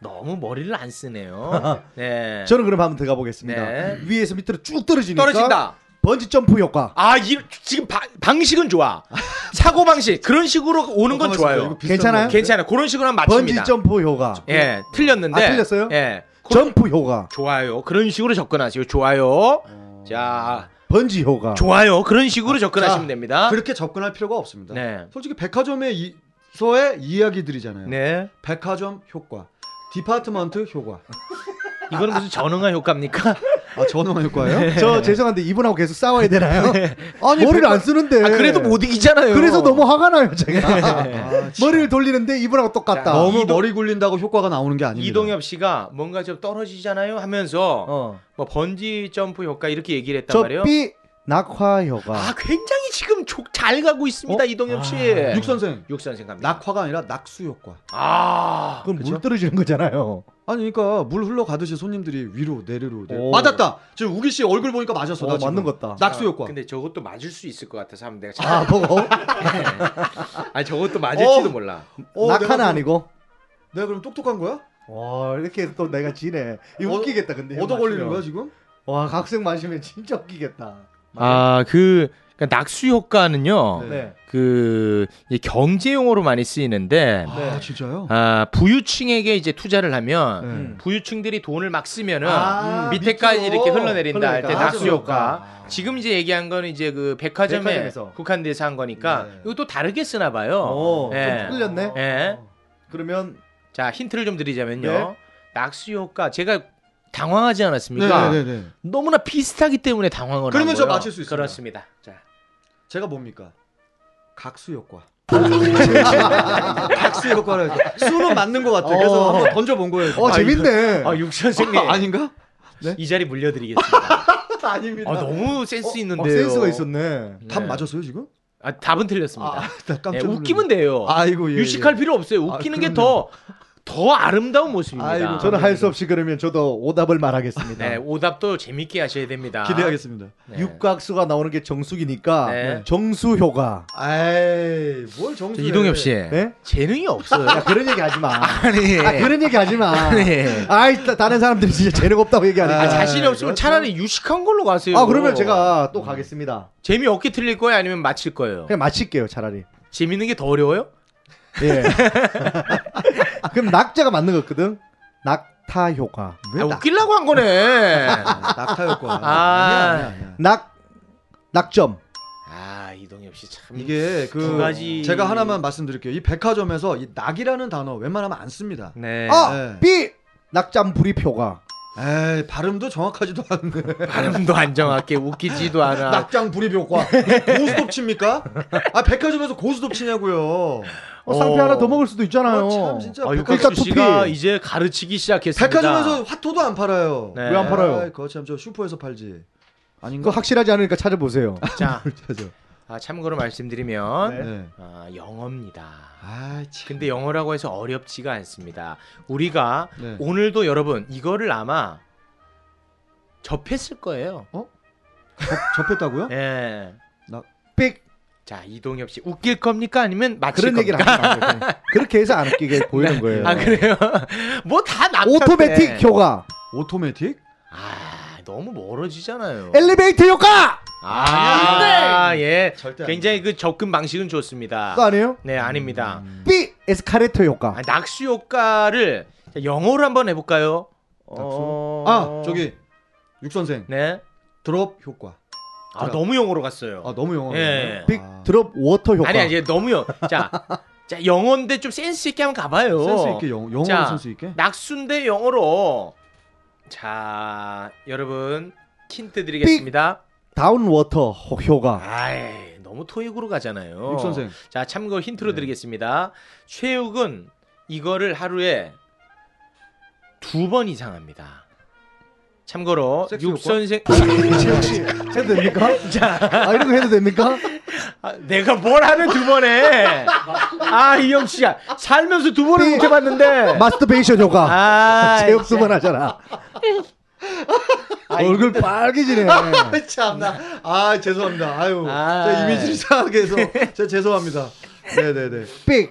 Speaker 2: 너무 머리를 안 쓰네요. 네.
Speaker 5: 저는 그럼 한번 들어가 보겠습니다.
Speaker 2: 네.
Speaker 5: 위에서 밑으로 쭉
Speaker 4: 음.
Speaker 5: 떨어지니까
Speaker 2: 떨어진다.
Speaker 5: 번지 점프 효과.
Speaker 2: 아, 이, 지금 바- 방식은 좋아. 사고 방식 그런 식으로 오는 건
Speaker 4: 잠깐만, 이거
Speaker 2: 좋아요.
Speaker 4: 비슷한
Speaker 5: 괜찮아요?
Speaker 4: 거.
Speaker 2: 괜찮아요. 그런 식으로 하면
Speaker 5: 번지
Speaker 2: 맞습니다.
Speaker 5: 점프 효과.
Speaker 2: 예, 틀렸는데.
Speaker 5: 아, 틀렸어요?
Speaker 2: 예.
Speaker 5: 점프 효과.
Speaker 2: 좋아요. 그런 식으로 접근하세요. 좋아요.
Speaker 4: 어.
Speaker 2: 자,
Speaker 5: 번지 효과. 아.
Speaker 2: 좋아요. 그런 식으로 접근하시면
Speaker 4: 자,
Speaker 2: 됩니다.
Speaker 4: 그렇게 접근할 필요가 없습니다.
Speaker 2: 네.
Speaker 4: 솔직히 백화점의 이, 서의 이야기들이잖아요.
Speaker 2: 네.
Speaker 4: 백화점 효과, 디파트먼트 효과.
Speaker 2: 이거는 무슨 전응화 효과입니까?
Speaker 4: 아 전화 효과예요?
Speaker 5: 저 죄송한데 이분하고 계속 싸워야 되나요?
Speaker 4: 네.
Speaker 5: 아니 머리를 안 쓰는데.
Speaker 2: 아, 그래도 못 이기잖아요.
Speaker 5: 그래서 너무 화가 나요 제가.
Speaker 4: 아, 참.
Speaker 5: 머리를 돌리는데 이분하고 똑같다.
Speaker 2: 자,
Speaker 4: 너무
Speaker 2: 이동-
Speaker 4: 머리 굴린다고 효과가 나오는 게 아닙니다.
Speaker 2: 이동엽 씨가 뭔가 좀 떨어지잖아요 하면서
Speaker 5: 어.
Speaker 2: 뭐 번지 점프 효과 이렇게 얘기를 했단 말이에요.
Speaker 5: 저삐 낙화 효과.
Speaker 2: 아, 굉장히 지금 족- 잘 가고 있습니다. 이동엽 씨.
Speaker 5: 아,
Speaker 4: 예. 육 선생
Speaker 2: 어? 육선생 갑니다.
Speaker 4: 낙화가 아니라 낙수 효과.
Speaker 2: 아.
Speaker 5: 그건 물 떨어지는 거잖아요.
Speaker 4: 아니 그러니까 물 흘러가듯이 손님들이 위로 내리로 내려.
Speaker 5: 오.
Speaker 4: 맞았다. 지금 우기 씨 얼굴 보니까 맞았어. 나
Speaker 5: 어,
Speaker 4: 지금.
Speaker 5: 맞는 것다.
Speaker 4: 낙수 효과.
Speaker 2: 근데 저것도 맞을 수 있을 것 같아서 하면 내가 잘...
Speaker 5: 아, 그거
Speaker 2: 아니 저것도
Speaker 4: 어.
Speaker 2: 맞을지도 몰라.
Speaker 4: 어, 내가
Speaker 5: 낙하는
Speaker 4: 그럼-
Speaker 5: 아니고.
Speaker 4: 내가 그럼 똑똑한 거야?
Speaker 5: 와 이렇게 또 내가 지네. 이
Speaker 4: 얻어-
Speaker 5: 웃기겠다 근데.
Speaker 4: 얻어 걸리는
Speaker 5: 맞으면.
Speaker 4: 거야 지금?
Speaker 5: 와 각색 마시면 진짜 웃기겠다.
Speaker 2: 아, 그 그러니까 낙수 효과는요.
Speaker 5: 네.
Speaker 2: 그 이제 경제 용어로 많이 쓰이는데
Speaker 4: 아 진짜요?
Speaker 2: 아, 부유층에게 이제 투자를 하면
Speaker 4: 네.
Speaker 5: 음.
Speaker 2: 부유층들이 돈을 막 쓰면은
Speaker 5: 아,
Speaker 2: 밑에까지
Speaker 5: 밑으로
Speaker 2: 이렇게 흘러내린다 할 때
Speaker 5: 흘러내린다.
Speaker 2: 낙수 효과. 지금 이제 얘기한 거는 이제 그 백화점에
Speaker 5: 백화점에서.
Speaker 2: 국한돼서 한 거니까
Speaker 4: 네.
Speaker 2: 이거 또 다르게 쓰나 봐요.
Speaker 5: 어,
Speaker 2: 예.
Speaker 5: 좀 틀렸네.
Speaker 2: 예.
Speaker 5: 그러면
Speaker 2: 자 힌트를 좀 드리자면요.
Speaker 5: 네.
Speaker 2: 낙수 효과 제가 당황하지 않았습니까?
Speaker 4: 네네네.
Speaker 2: 너무나 비슷하기 때문에 당황을
Speaker 4: 그러면
Speaker 2: 한
Speaker 4: 저
Speaker 2: 거예요.
Speaker 4: 맞힐 수 있습니다.
Speaker 2: 그렇습니다. 자.
Speaker 4: 제가 뭡니까? 각수 효과. 각수 효과를 해서. 수는 맞는 것 같아. 그래서
Speaker 5: 어.
Speaker 4: 한번 던져본 거예요.
Speaker 5: 어 재밌네.
Speaker 2: 아, 육 선생님.
Speaker 4: 아, 아닌가?
Speaker 2: 이 자리 물려드리겠습니다.
Speaker 4: 아닙니다.
Speaker 2: 아, 너무 센스
Speaker 5: 어,
Speaker 2: 있는데요.
Speaker 5: 센스가 있었네.
Speaker 2: 네.
Speaker 4: 답 맞았어요 지금?
Speaker 2: 아, 답은 틀렸습니다.
Speaker 4: 아, 나 깜짝
Speaker 2: 예,
Speaker 4: 놀랐네.
Speaker 2: 웃기면 돼요.
Speaker 4: 아이고 예.
Speaker 2: 유식할
Speaker 4: 예.
Speaker 2: 필요 없어요.
Speaker 4: 아,
Speaker 2: 웃기는 게 더
Speaker 4: 그럼요.
Speaker 2: 더 아름다운 모습입니다.
Speaker 4: 아이고, 아.
Speaker 5: 저는 할 수 없이 그러면 저도 오답을 말하겠습니다.
Speaker 2: 네, 오답도 재밌게 하셔야 됩니다.
Speaker 4: 예. 기대하겠습니다.
Speaker 2: 네.
Speaker 5: 육각수가 나오는 게 정수기니까
Speaker 2: 네.
Speaker 5: 정수 효과.
Speaker 4: 에이 뭘
Speaker 2: 저
Speaker 4: 정수?
Speaker 2: 이동엽 씨
Speaker 5: 네?
Speaker 2: 재능이 없어요.
Speaker 5: 야, 그런 얘기 하지 마.
Speaker 4: 예.
Speaker 2: 아니,
Speaker 5: 아, 그런 얘기 하지 마.
Speaker 2: 네.
Speaker 5: 아이 따- 다른 사람들이 진짜 재능 없다고 얘기하니까. 네.
Speaker 2: 아, 자신이
Speaker 4: 그렇죠.
Speaker 2: 없으면 차라리 유식한 걸로 가세요.
Speaker 5: 아 그러면 제가 또 가겠습니다.
Speaker 2: 재미 없게 틀릴 거예요, 아니면 맞힐 거예요.
Speaker 5: 그냥 마칠게요 차라리.
Speaker 2: 재밌는 게 더 어려워요?
Speaker 5: 예. 그럼 낙자가 맞는 거거든. 낙타 효과.
Speaker 4: 왜
Speaker 2: 아,
Speaker 4: 낙-
Speaker 2: 웃기려고 한 거네.
Speaker 4: 낙타 효과.
Speaker 2: 아.
Speaker 4: 아니야, 아니야, 아니야.
Speaker 5: 낙 낙점.
Speaker 2: 아 이동엽 씨참
Speaker 4: 이게
Speaker 2: 두
Speaker 4: 그
Speaker 2: 가지
Speaker 4: 제가 하나만 말씀드릴게요. 이 백화점에서 이 낙이라는 단어 웬만하면 안 씁니다.
Speaker 2: 네.
Speaker 5: 아
Speaker 4: 네.
Speaker 5: B 낙잠 불입 효과.
Speaker 4: 에이 발음도 정확하지도 않네.
Speaker 2: 발음도 안정하게 웃기지도 않아.
Speaker 4: 낙장 불입 효과. 고스톱 칩니까? 아 백화점에서 고스톱 치냐고요.
Speaker 5: 어, 상패
Speaker 2: 어.
Speaker 5: 하나 더 먹을 수도 있잖아요.
Speaker 4: 아, 참 진짜
Speaker 2: 아,
Speaker 4: 백화점,
Speaker 5: 그러니까
Speaker 2: 육각수 씨가
Speaker 5: 토피.
Speaker 2: 이제 가르치기 시작했습니다.
Speaker 4: 백화점에서 화토도 안 팔아요.
Speaker 2: 네.
Speaker 5: 왜안 팔아요?
Speaker 4: 아이, 그거 참저 슈퍼에서 팔지.
Speaker 5: 그거
Speaker 4: 아닌가?
Speaker 5: 확실하지 않으니까 찾아보세요.
Speaker 2: 자,
Speaker 4: 그죠.
Speaker 2: 아, 참고로 말씀드리면
Speaker 4: 네.
Speaker 2: 아, 영어입니다.
Speaker 4: 아 참.
Speaker 2: 근데 영어라고 해서 어렵지가 않습니다. 우리가
Speaker 4: 네.
Speaker 2: 오늘도 여러분 이거를 아마 접했을 거예요.
Speaker 4: 접, 했다고요
Speaker 2: 예.
Speaker 5: 삑
Speaker 2: 자 이동엽 씨 웃길 겁니까 아니면 맞힐
Speaker 5: 그런
Speaker 2: 겁니까?
Speaker 5: 얘기를 하지 마세요. 그냥. 그렇게 해서 안 웃기게 보이는 거예요.
Speaker 2: 아 그래요? 네. 뭐 다 남.
Speaker 5: 오토매틱 효과,
Speaker 4: 오토매틱?
Speaker 2: 아 너무 멀어지잖아요.
Speaker 5: 엘리베이터 효과.
Speaker 2: 아 예.
Speaker 4: 절대
Speaker 2: 굉장히 그 접근 방식은 좋습니다.
Speaker 5: 그거 아니에요? 음.
Speaker 2: 네 아닙니다.
Speaker 5: 삐 에스카레터 효과.
Speaker 2: 아, 낙수 효과를 자, 영어로 한번 해볼까요? 어...
Speaker 4: 아 저기 육 선생
Speaker 2: 네.
Speaker 4: 드롭 효과.
Speaker 2: 아 너무 영어로 갔어요.
Speaker 4: 아 너무 영어.
Speaker 2: 예.
Speaker 5: 빅 드롭 워터 효과.
Speaker 2: 아니 아니 너무요. 자, 자 영어인데 좀 센스 있게 한번 가봐요.
Speaker 4: 센스 있게 영 영어
Speaker 2: 자.
Speaker 4: 센스 있게.
Speaker 2: 낙순대 영어로. 자 여러분 힌트 드리겠습니다.
Speaker 5: 다운 워터 효- 효과.
Speaker 2: 아이 너무 토익으로 가잖아요.
Speaker 4: 육 선생. 네.
Speaker 2: 자 참고 힌트로 드리겠습니다. 최욱은 이거를 하루에 두 번 이상 합니다. 참고로
Speaker 4: 섹스
Speaker 2: 육
Speaker 4: 효과?
Speaker 2: 선생
Speaker 5: 해도 됩니까? 아 이런 거 해도 됩니까?
Speaker 2: 아, 내가 뭘 하는 두 번에 아이 형씨야 살면서 두
Speaker 4: 네.
Speaker 2: 번을 못 해봤는데
Speaker 5: 마스터베이션 효과.
Speaker 2: 아
Speaker 5: 제육수만 하잖아. 얼굴 빨개지네.
Speaker 4: 아, 참나. 아 죄송합니다. 아유.
Speaker 2: 아.
Speaker 4: 제 이미지를 상하게 해서 제 죄송합니다. 네네네.
Speaker 5: 삑.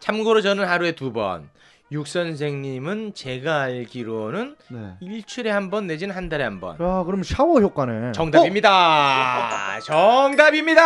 Speaker 2: 참고로 저는 하루에 두 번 육 선생님은 제가 알기로는
Speaker 4: 네.
Speaker 2: 일주일에 한 번 내지는 한 달에 한 번
Speaker 5: 야, 아, 그럼 샤워 효과네.
Speaker 2: 정답입니다 정답입니다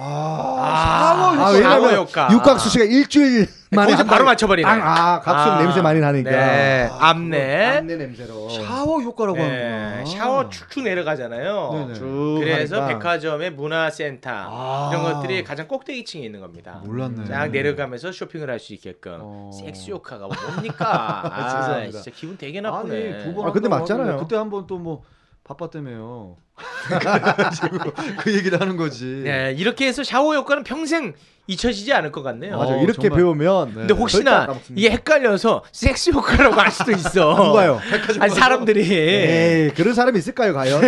Speaker 2: 아,
Speaker 5: 아,
Speaker 2: 샤워
Speaker 5: 왜냐면
Speaker 2: 효과
Speaker 5: 육각수 씨가 일주일 만에
Speaker 2: 거기서
Speaker 5: 한
Speaker 2: 바로
Speaker 5: 번-
Speaker 2: 맞춰버리네
Speaker 5: 아, 아, 각수
Speaker 2: 아,
Speaker 5: 냄새 많이 나니까.
Speaker 2: 네. 암내
Speaker 5: 암내 냄새로.
Speaker 4: 샤워 효과라고
Speaker 2: 네,
Speaker 4: 하는구나.
Speaker 2: 샤워 축축 내려가잖아요
Speaker 4: 아. 네네.
Speaker 5: 쭉
Speaker 2: 그래서
Speaker 5: 하니까.
Speaker 2: 백화점의 문화센터
Speaker 4: 아.
Speaker 2: 이런 것들이 가장 꼭대기층에 있는 겁니다.
Speaker 4: 몰랐네.
Speaker 2: 쫙 내려가면서 쇼핑을 할 수 있게끔
Speaker 4: 어.
Speaker 2: 섹스 효과가 뭡니까? 아,
Speaker 4: 죄송합니다.
Speaker 2: 진짜 기분 되게 나쁘네.
Speaker 4: 아니 두번
Speaker 5: 아, 근데 맞잖아요.
Speaker 4: 그때 한 번 또 뭐 바빴다며요. 그래가지고 그 얘기를 하는 거지.
Speaker 2: 네, 이렇게 해서 샤워 효과는 평생 잊혀지지 않을 것 같네요.
Speaker 5: 맞아.
Speaker 4: 어,
Speaker 5: 이렇게
Speaker 4: 정말.
Speaker 5: 배우면
Speaker 2: 근데
Speaker 5: 네. 절대 안
Speaker 2: 혹시나 예.
Speaker 5: 까먹습니다.
Speaker 2: 이게 헷갈려서 섹스 효과라고 할 수도 있어.
Speaker 5: 누가요? 네.
Speaker 2: 아니 사람들이.
Speaker 5: 에이, 그런 사람이 있을까요, 과연?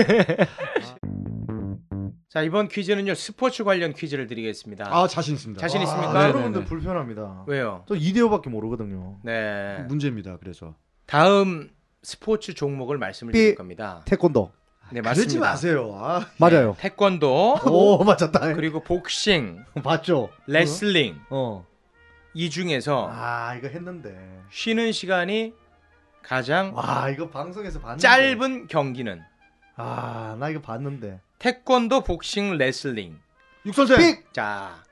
Speaker 2: 자 이번 퀴즈는요 스포츠 관련 퀴즈를 드리겠습니다.
Speaker 4: 아 자신 있습니다.
Speaker 2: 자신 있습니까?
Speaker 4: 아, 네네네.
Speaker 5: 여러분들 불편합니다.
Speaker 2: 왜요?
Speaker 5: 저 이대호밖에 모르거든요.
Speaker 2: 네.
Speaker 4: 어, 문제입니다. 그래서
Speaker 2: 다음 스포츠 종목을 말씀을
Speaker 5: 삐.
Speaker 2: 드릴 겁니다.
Speaker 5: 태권도.
Speaker 2: 네,
Speaker 4: 그러지
Speaker 2: 맞습니다.
Speaker 4: 마세요. 아,
Speaker 5: 맞아요.
Speaker 2: 태권도,
Speaker 5: 오, 어? 맞았다.
Speaker 2: 그리고 복싱,
Speaker 5: 맞죠?
Speaker 2: 레슬링
Speaker 5: 어.
Speaker 2: 이 중에서
Speaker 5: 아, 이거 했는데.
Speaker 2: 쉬는 시간이 가장
Speaker 5: 와, 이거 방송에서 봤는데.
Speaker 2: 짧은 경기는
Speaker 5: 아, 나 이거 봤는데.
Speaker 2: 태권도, 복싱, 레슬링.
Speaker 4: 육 선생.
Speaker 5: 삑!
Speaker 2: 자,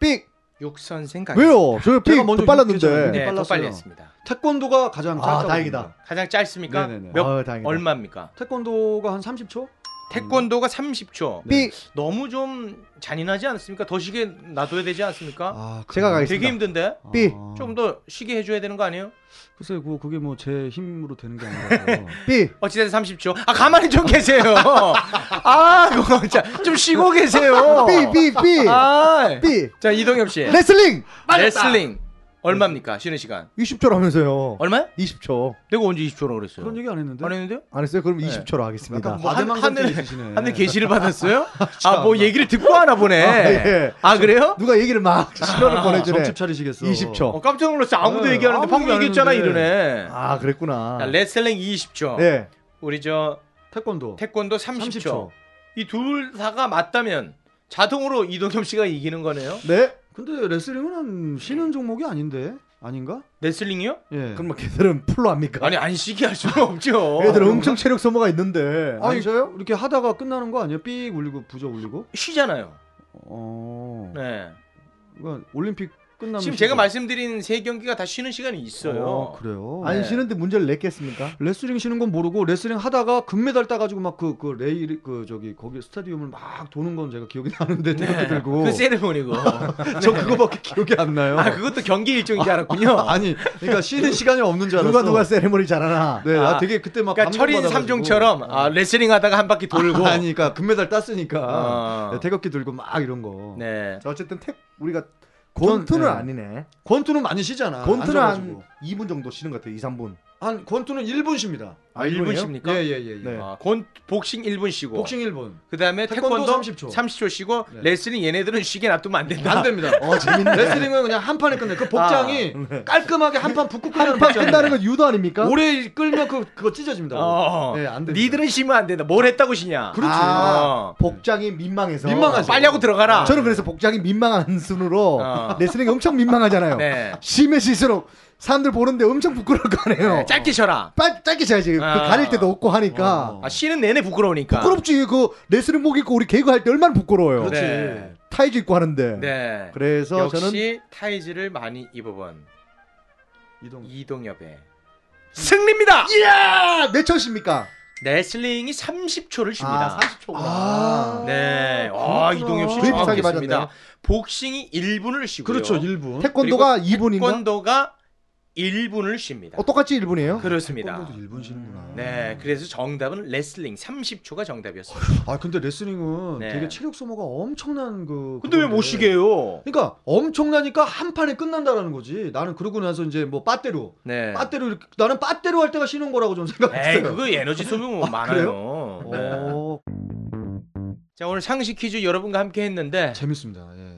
Speaker 5: 삑!
Speaker 2: 육 선생 가
Speaker 5: 왜요?
Speaker 4: 제가
Speaker 5: 저삑더
Speaker 4: 먼저
Speaker 5: 빨랐는데.
Speaker 4: 욕했잖아요.
Speaker 2: 네, 더
Speaker 4: 빨랐어요.
Speaker 2: 빨리 했습니다.
Speaker 4: 태권도가 가장
Speaker 5: 아,
Speaker 4: 짧다고
Speaker 5: 다행이다.
Speaker 4: 합니다.
Speaker 2: 가장 짧습니까?
Speaker 4: 네네네. 음.
Speaker 2: 몇
Speaker 5: 아, 다행이다.
Speaker 2: 얼마입니까?
Speaker 4: 태권도가 한 30초?
Speaker 2: 태권도가 30초.
Speaker 4: 네.
Speaker 5: 삑!
Speaker 2: 너무 좀 잔인하지 않습니까? 더 쉬게 놔둬야 되지 않습니까?
Speaker 4: 아,
Speaker 5: 제가
Speaker 4: 그래요?
Speaker 2: 되게
Speaker 5: 가겠습니다.
Speaker 2: 힘든데.
Speaker 4: 아,
Speaker 5: 삐.
Speaker 2: 좀 더 쉬게 해줘야 되는 거 아니에요?
Speaker 4: 글쎄, 그 그게 뭐 제 힘으로 되는 게 아니라서.
Speaker 5: 삑!
Speaker 2: 어찌됐든 30초. 아 가만히 좀 계세요. 아, 그거 진짜 좀 쉬고 계세요.
Speaker 5: 삑! 삑! 삑!
Speaker 2: 아, 네.
Speaker 5: 삑!
Speaker 2: 자 이동엽 씨.
Speaker 4: 네,
Speaker 5: 레슬링!
Speaker 2: 레슬링 얼마입니까? 쉬는 시간
Speaker 5: 20초로 하면서요.
Speaker 2: 얼마야?
Speaker 5: 20초.
Speaker 2: 내가 언제 20초라고 그랬어요?
Speaker 4: 그런 얘기 안 했는데.
Speaker 2: 안 했는데요?
Speaker 5: 안 했어요? 그럼
Speaker 2: 네.
Speaker 5: 20초로 하겠습니다.
Speaker 4: 약간 뭐
Speaker 2: 한-
Speaker 4: 하늘망상증
Speaker 2: 하늘-
Speaker 4: 있으시네.
Speaker 2: 하늘 게시를 받았어요? 아 뭐 얘기를 듣고 하나 보네.
Speaker 5: 아, 예.
Speaker 2: 아, 그래요?
Speaker 5: 누가 얘기를 막 신호를 보내주래.
Speaker 4: 정집 아, 차리시겠어.
Speaker 5: 20초.
Speaker 2: 어, 깜짝 놀랐어. 아무도
Speaker 4: 네,
Speaker 2: 얘기하는데
Speaker 4: 아무도
Speaker 2: 방금
Speaker 4: 안
Speaker 2: 얘기했잖아
Speaker 4: 했는데.
Speaker 2: 이러네.
Speaker 5: 아, 그랬구나.
Speaker 2: 자, 레슬링 20초.
Speaker 5: 네.
Speaker 2: 우리 저
Speaker 4: 태권도.
Speaker 2: 태권도 30초. 이 둘 다가 맞다면 자동으로 이동엽 씨가 이기는 거네요.
Speaker 5: 네.
Speaker 4: 근데 레슬링은 쉬는 종목이 아닌데. 아닌가?
Speaker 2: 레슬링이요?
Speaker 4: 예.
Speaker 5: 그럼 뭐 걔들은 풀로 합니까?
Speaker 2: 아니 안 쉬게 할 수는 없죠.
Speaker 5: 애들 은 엄청 체력 소모가 있는데.
Speaker 4: 아니, 이렇게 하다가 끝나는 거 아니에요? 삑 울리고 부저 울리고?
Speaker 2: 쉬잖아요.
Speaker 4: 어.
Speaker 2: 네.
Speaker 4: 그러니까 올림픽 끝나면
Speaker 2: 지금
Speaker 4: 쉬고.
Speaker 2: 제가 말씀드린 세 경기가 다 쉬는 시간이 있어요.
Speaker 4: 어, 그래요.
Speaker 5: 안
Speaker 2: 네.
Speaker 5: 쉬는데 문제를 냈겠습니까?
Speaker 4: 레슬링 쉬는 건 모르고 레슬링 하다가 금메달 따가지고 막 그 그 레일 그 저기 거기 스타디움을 막 도는 건 제가 기억이 나는데 생각도 들고
Speaker 2: 그 세레모니고.
Speaker 4: 저 그거밖에 기억이 안 나요.
Speaker 2: 아 그것도 경기 일정인 줄 알았군요.
Speaker 4: 아니 그러니까 쉬는 시간이 없는 줄 알았어.
Speaker 5: 누가 누가 세레머니 잘하나?
Speaker 4: 네, 나
Speaker 2: 아,
Speaker 4: 되게 그때 막
Speaker 2: 그러니까 철인
Speaker 4: 감동받아가지고. 어.
Speaker 2: 삼종처럼 아, 레슬링 하다가 한 바퀴 돌고.
Speaker 4: 아니, 그러니까 금메달 땄으니까
Speaker 2: 어.
Speaker 4: 네, 태극기 들고 막 이런 거.
Speaker 2: 네.
Speaker 5: 자, 어쨌든 택 우리가 권투는
Speaker 4: 네.
Speaker 5: 아니네.
Speaker 4: 권투는 많이 쉬잖아.
Speaker 5: 권투는
Speaker 4: 앉아가지고.
Speaker 5: 한 2분 정도 쉬는 것 같아요. 2, 3분.
Speaker 4: 한 권투는 1분 쉽니다.
Speaker 2: 아,
Speaker 5: 일본이에요?
Speaker 2: 1분 쉽니까?
Speaker 4: 예예예. 예, 예.
Speaker 5: 네.
Speaker 2: 아, 권 복싱 1분 쉬고.
Speaker 4: 복싱 1분.
Speaker 2: 그다음에
Speaker 4: 태권도
Speaker 2: 태권도
Speaker 4: 30초.
Speaker 2: 30초 쉬고
Speaker 4: 네.
Speaker 2: 레슬링 얘네들은 쉬게 놔두면 안 된다.
Speaker 4: 안 됩니다. 어, 재밌네. 레슬링은 그냥 한 판에 끝내. 그 복장이
Speaker 2: 아.
Speaker 4: 깔끔하게 한 판 붙고 끝나는
Speaker 5: 한판
Speaker 4: 복장이에요.
Speaker 5: 네. 끝나는 건 유도 아닙니까?
Speaker 4: 오래 끌면 그 그거 찢어집니다.
Speaker 2: 어.
Speaker 4: 네, 안 됩니다.
Speaker 2: 니들은 쉬면 안 된다. 뭘 했다고 쉬냐?
Speaker 4: 그렇지.
Speaker 5: 아,
Speaker 2: 어.
Speaker 5: 복장이 민망해서.
Speaker 4: 민망하죠.
Speaker 2: 빨리 하고 들어가라.
Speaker 5: 저는 그래서 복장이 민망한 순으로
Speaker 2: 어.
Speaker 5: 레슬링이 엄청 민망하잖아요.
Speaker 2: 네.
Speaker 5: 심해질수록 사람들 보는데 엄청 부끄러울 거 아니에요.
Speaker 2: 네, 짧게 쉬어라.
Speaker 5: 빨, 짧게 쳐야지.
Speaker 2: 아.
Speaker 5: 그 가릴 때도 없고 하니까.
Speaker 4: 어.
Speaker 2: 아, 쉬는 내내 부끄러우니까.
Speaker 5: 부끄럽지. 그 레슬링 복 입고 우리 개그 할 때 얼마나 부끄러워요.
Speaker 4: 그렇지.
Speaker 2: 네.
Speaker 5: 타이즈 입고 하는데.
Speaker 2: 네.
Speaker 5: 그래서
Speaker 2: 역시
Speaker 5: 저는
Speaker 2: 타이즈를 많이 입어본
Speaker 4: 이동.
Speaker 2: 이동엽의 승리입니다.
Speaker 4: 예!
Speaker 5: 이야! 몇 천십니까? 아.
Speaker 2: 레슬링이 30초를
Speaker 4: 아,
Speaker 2: 쉽니다.
Speaker 5: 30초구나. 아.
Speaker 2: 네. 아, 이동엽 씨
Speaker 5: 되게 비싸게
Speaker 2: 정확했습니다.
Speaker 5: 맞았네요.
Speaker 2: 복싱이 1분을 쉬고요.
Speaker 4: 그렇죠. 1분.
Speaker 5: 태권도가 2분인가?
Speaker 2: 네. 태권도가 1분을 쉽니다.
Speaker 5: 어, 똑같이 1분이에요?
Speaker 2: 그렇습니다.
Speaker 4: 1분 쉬는구나.
Speaker 2: 네, 그래서 정답은 레슬링 30초가 정답이었어요.
Speaker 4: 아, 근데 레슬링은
Speaker 2: 네.
Speaker 4: 되게 체력 소모가 엄청난 그
Speaker 2: 근데 왜 못
Speaker 4: 그건데.
Speaker 2: 쉬게요?
Speaker 4: 그러니까 엄청나니까 한 판에 끝난다라는 거지. 나는 그러고 나서 이제 뭐 빠떼로
Speaker 2: 네.
Speaker 4: 아, 빠떼로 이렇게- 나는 빠떼로 할 때가 쉬는 거라고 좀
Speaker 2: 에이,
Speaker 4: 생각했어요.
Speaker 2: 그거 에너지 소모 많아요. 네.
Speaker 4: 어,
Speaker 2: 자, 오늘 상식 퀴즈 여러분과 함께 했는데
Speaker 4: 재밌습니다. 예.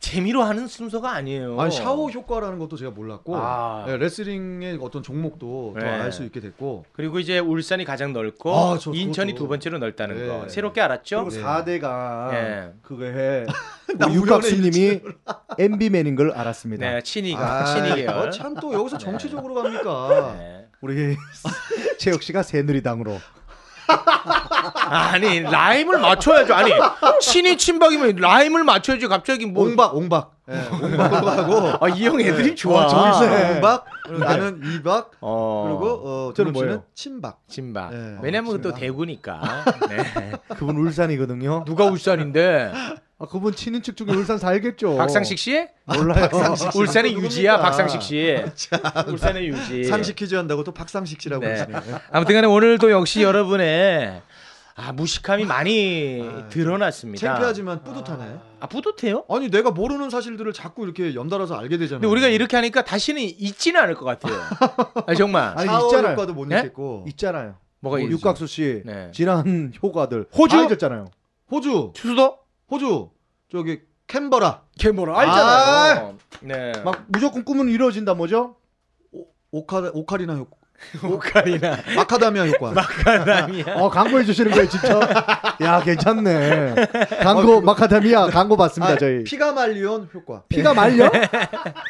Speaker 2: 재미로 하는 순서가 아니에요.
Speaker 4: 아 샤워 효과라는 것도 제가 몰랐고
Speaker 2: 어. 아.
Speaker 4: 예, 레슬링의 어떤 종목도
Speaker 2: 네.
Speaker 4: 더 알 수 있게 됐고
Speaker 2: 그리고 이제 울산이 가장 넓고
Speaker 4: 아, 저
Speaker 2: 인천이
Speaker 4: 그것도.
Speaker 2: 두 번째로 넓다는
Speaker 4: 네.
Speaker 2: 거 새롭게 알았죠?
Speaker 5: 그리고
Speaker 4: 네.
Speaker 5: 4대가
Speaker 2: 그렇죠? 예.
Speaker 5: 그거 해.
Speaker 4: 나
Speaker 5: 우리 육각수님이 MB맨인 걸 알았습니다.
Speaker 2: 네, 친이가 친이계열.
Speaker 4: 아, 어, 참또 여기서 정치적으로 갑니까?
Speaker 2: 네.
Speaker 5: 우리 최혁 씨가 새누리당으로.
Speaker 2: 아니 라임을 맞춰야죠. 아니 친이 친박이면 라임을 맞춰야지 갑자기 뭐
Speaker 4: 옹박 옹박 예, 옹박으로 하고
Speaker 2: 아, 이 형
Speaker 5: 네.
Speaker 2: 애들이 좋아. 네.
Speaker 4: 어, 정신 옹박 나는 이박
Speaker 2: 어.
Speaker 4: 그리고 어, 저는 씨는
Speaker 5: 저는 뭐예요?
Speaker 4: 친박
Speaker 2: 진박.
Speaker 4: 네.
Speaker 2: 왜냐면
Speaker 5: 어,
Speaker 2: 또
Speaker 5: 진박.
Speaker 2: 대구니까. 네.
Speaker 5: 그분 울산이거든요.
Speaker 2: 누가 울산인데?
Speaker 5: 아, 그분 친인척 중에 울산 살겠죠.
Speaker 2: 박상식 씨?
Speaker 5: 몰라요.
Speaker 2: 울산의
Speaker 4: 어. 누굽니까?
Speaker 2: 유지야, 박상식 씨. 울산의 유지.
Speaker 4: 상식 퀴즈 한다고 또 박상식 씨라고
Speaker 2: 예. 네.
Speaker 4: 하시네요.
Speaker 2: 아무튼간에 오늘도 역시 여러분의 아, 무식함이 많이
Speaker 4: 아,
Speaker 2: 드러났습니다.
Speaker 4: 창피하지만 뿌듯하네.
Speaker 2: 아 뿌듯해요?
Speaker 4: 아니 내가 모르는 사실들을 자꾸 이렇게 연달아서 알게 되잖아요.
Speaker 2: 근데 우리가 이렇게 하니까 다시는 잊지는 않을 것 같아요. 아 정말.
Speaker 5: 아니,
Speaker 4: 샤워
Speaker 5: 있잖아요.
Speaker 4: 효과도 못
Speaker 2: 네?
Speaker 4: 느꼈고
Speaker 5: 있잖아요.
Speaker 2: 뭐가 있-
Speaker 5: 육각수 씨
Speaker 2: 네.
Speaker 5: 지난 효과들
Speaker 2: 호주?
Speaker 5: 다 해줬잖아요.
Speaker 4: 호주
Speaker 2: 수도?
Speaker 4: 호주 저기 캔버라
Speaker 2: 걔 뭐라
Speaker 4: 알잖아요.
Speaker 2: 네.
Speaker 5: 막 무조건 꿈은 이루어진다 뭐죠?
Speaker 4: 오카 오카리나 효과
Speaker 2: 오카리나,
Speaker 4: 마카다미아 효과
Speaker 2: 마카다미아.
Speaker 5: 어 광고해 주시는 거예요 직접. 야 괜찮네.
Speaker 2: 어, 네.
Speaker 5: 광고 마카다미아 광고 받습니다
Speaker 4: 아,
Speaker 5: 저희. 네.
Speaker 4: 피가 말리온 효과
Speaker 5: 피가 말려?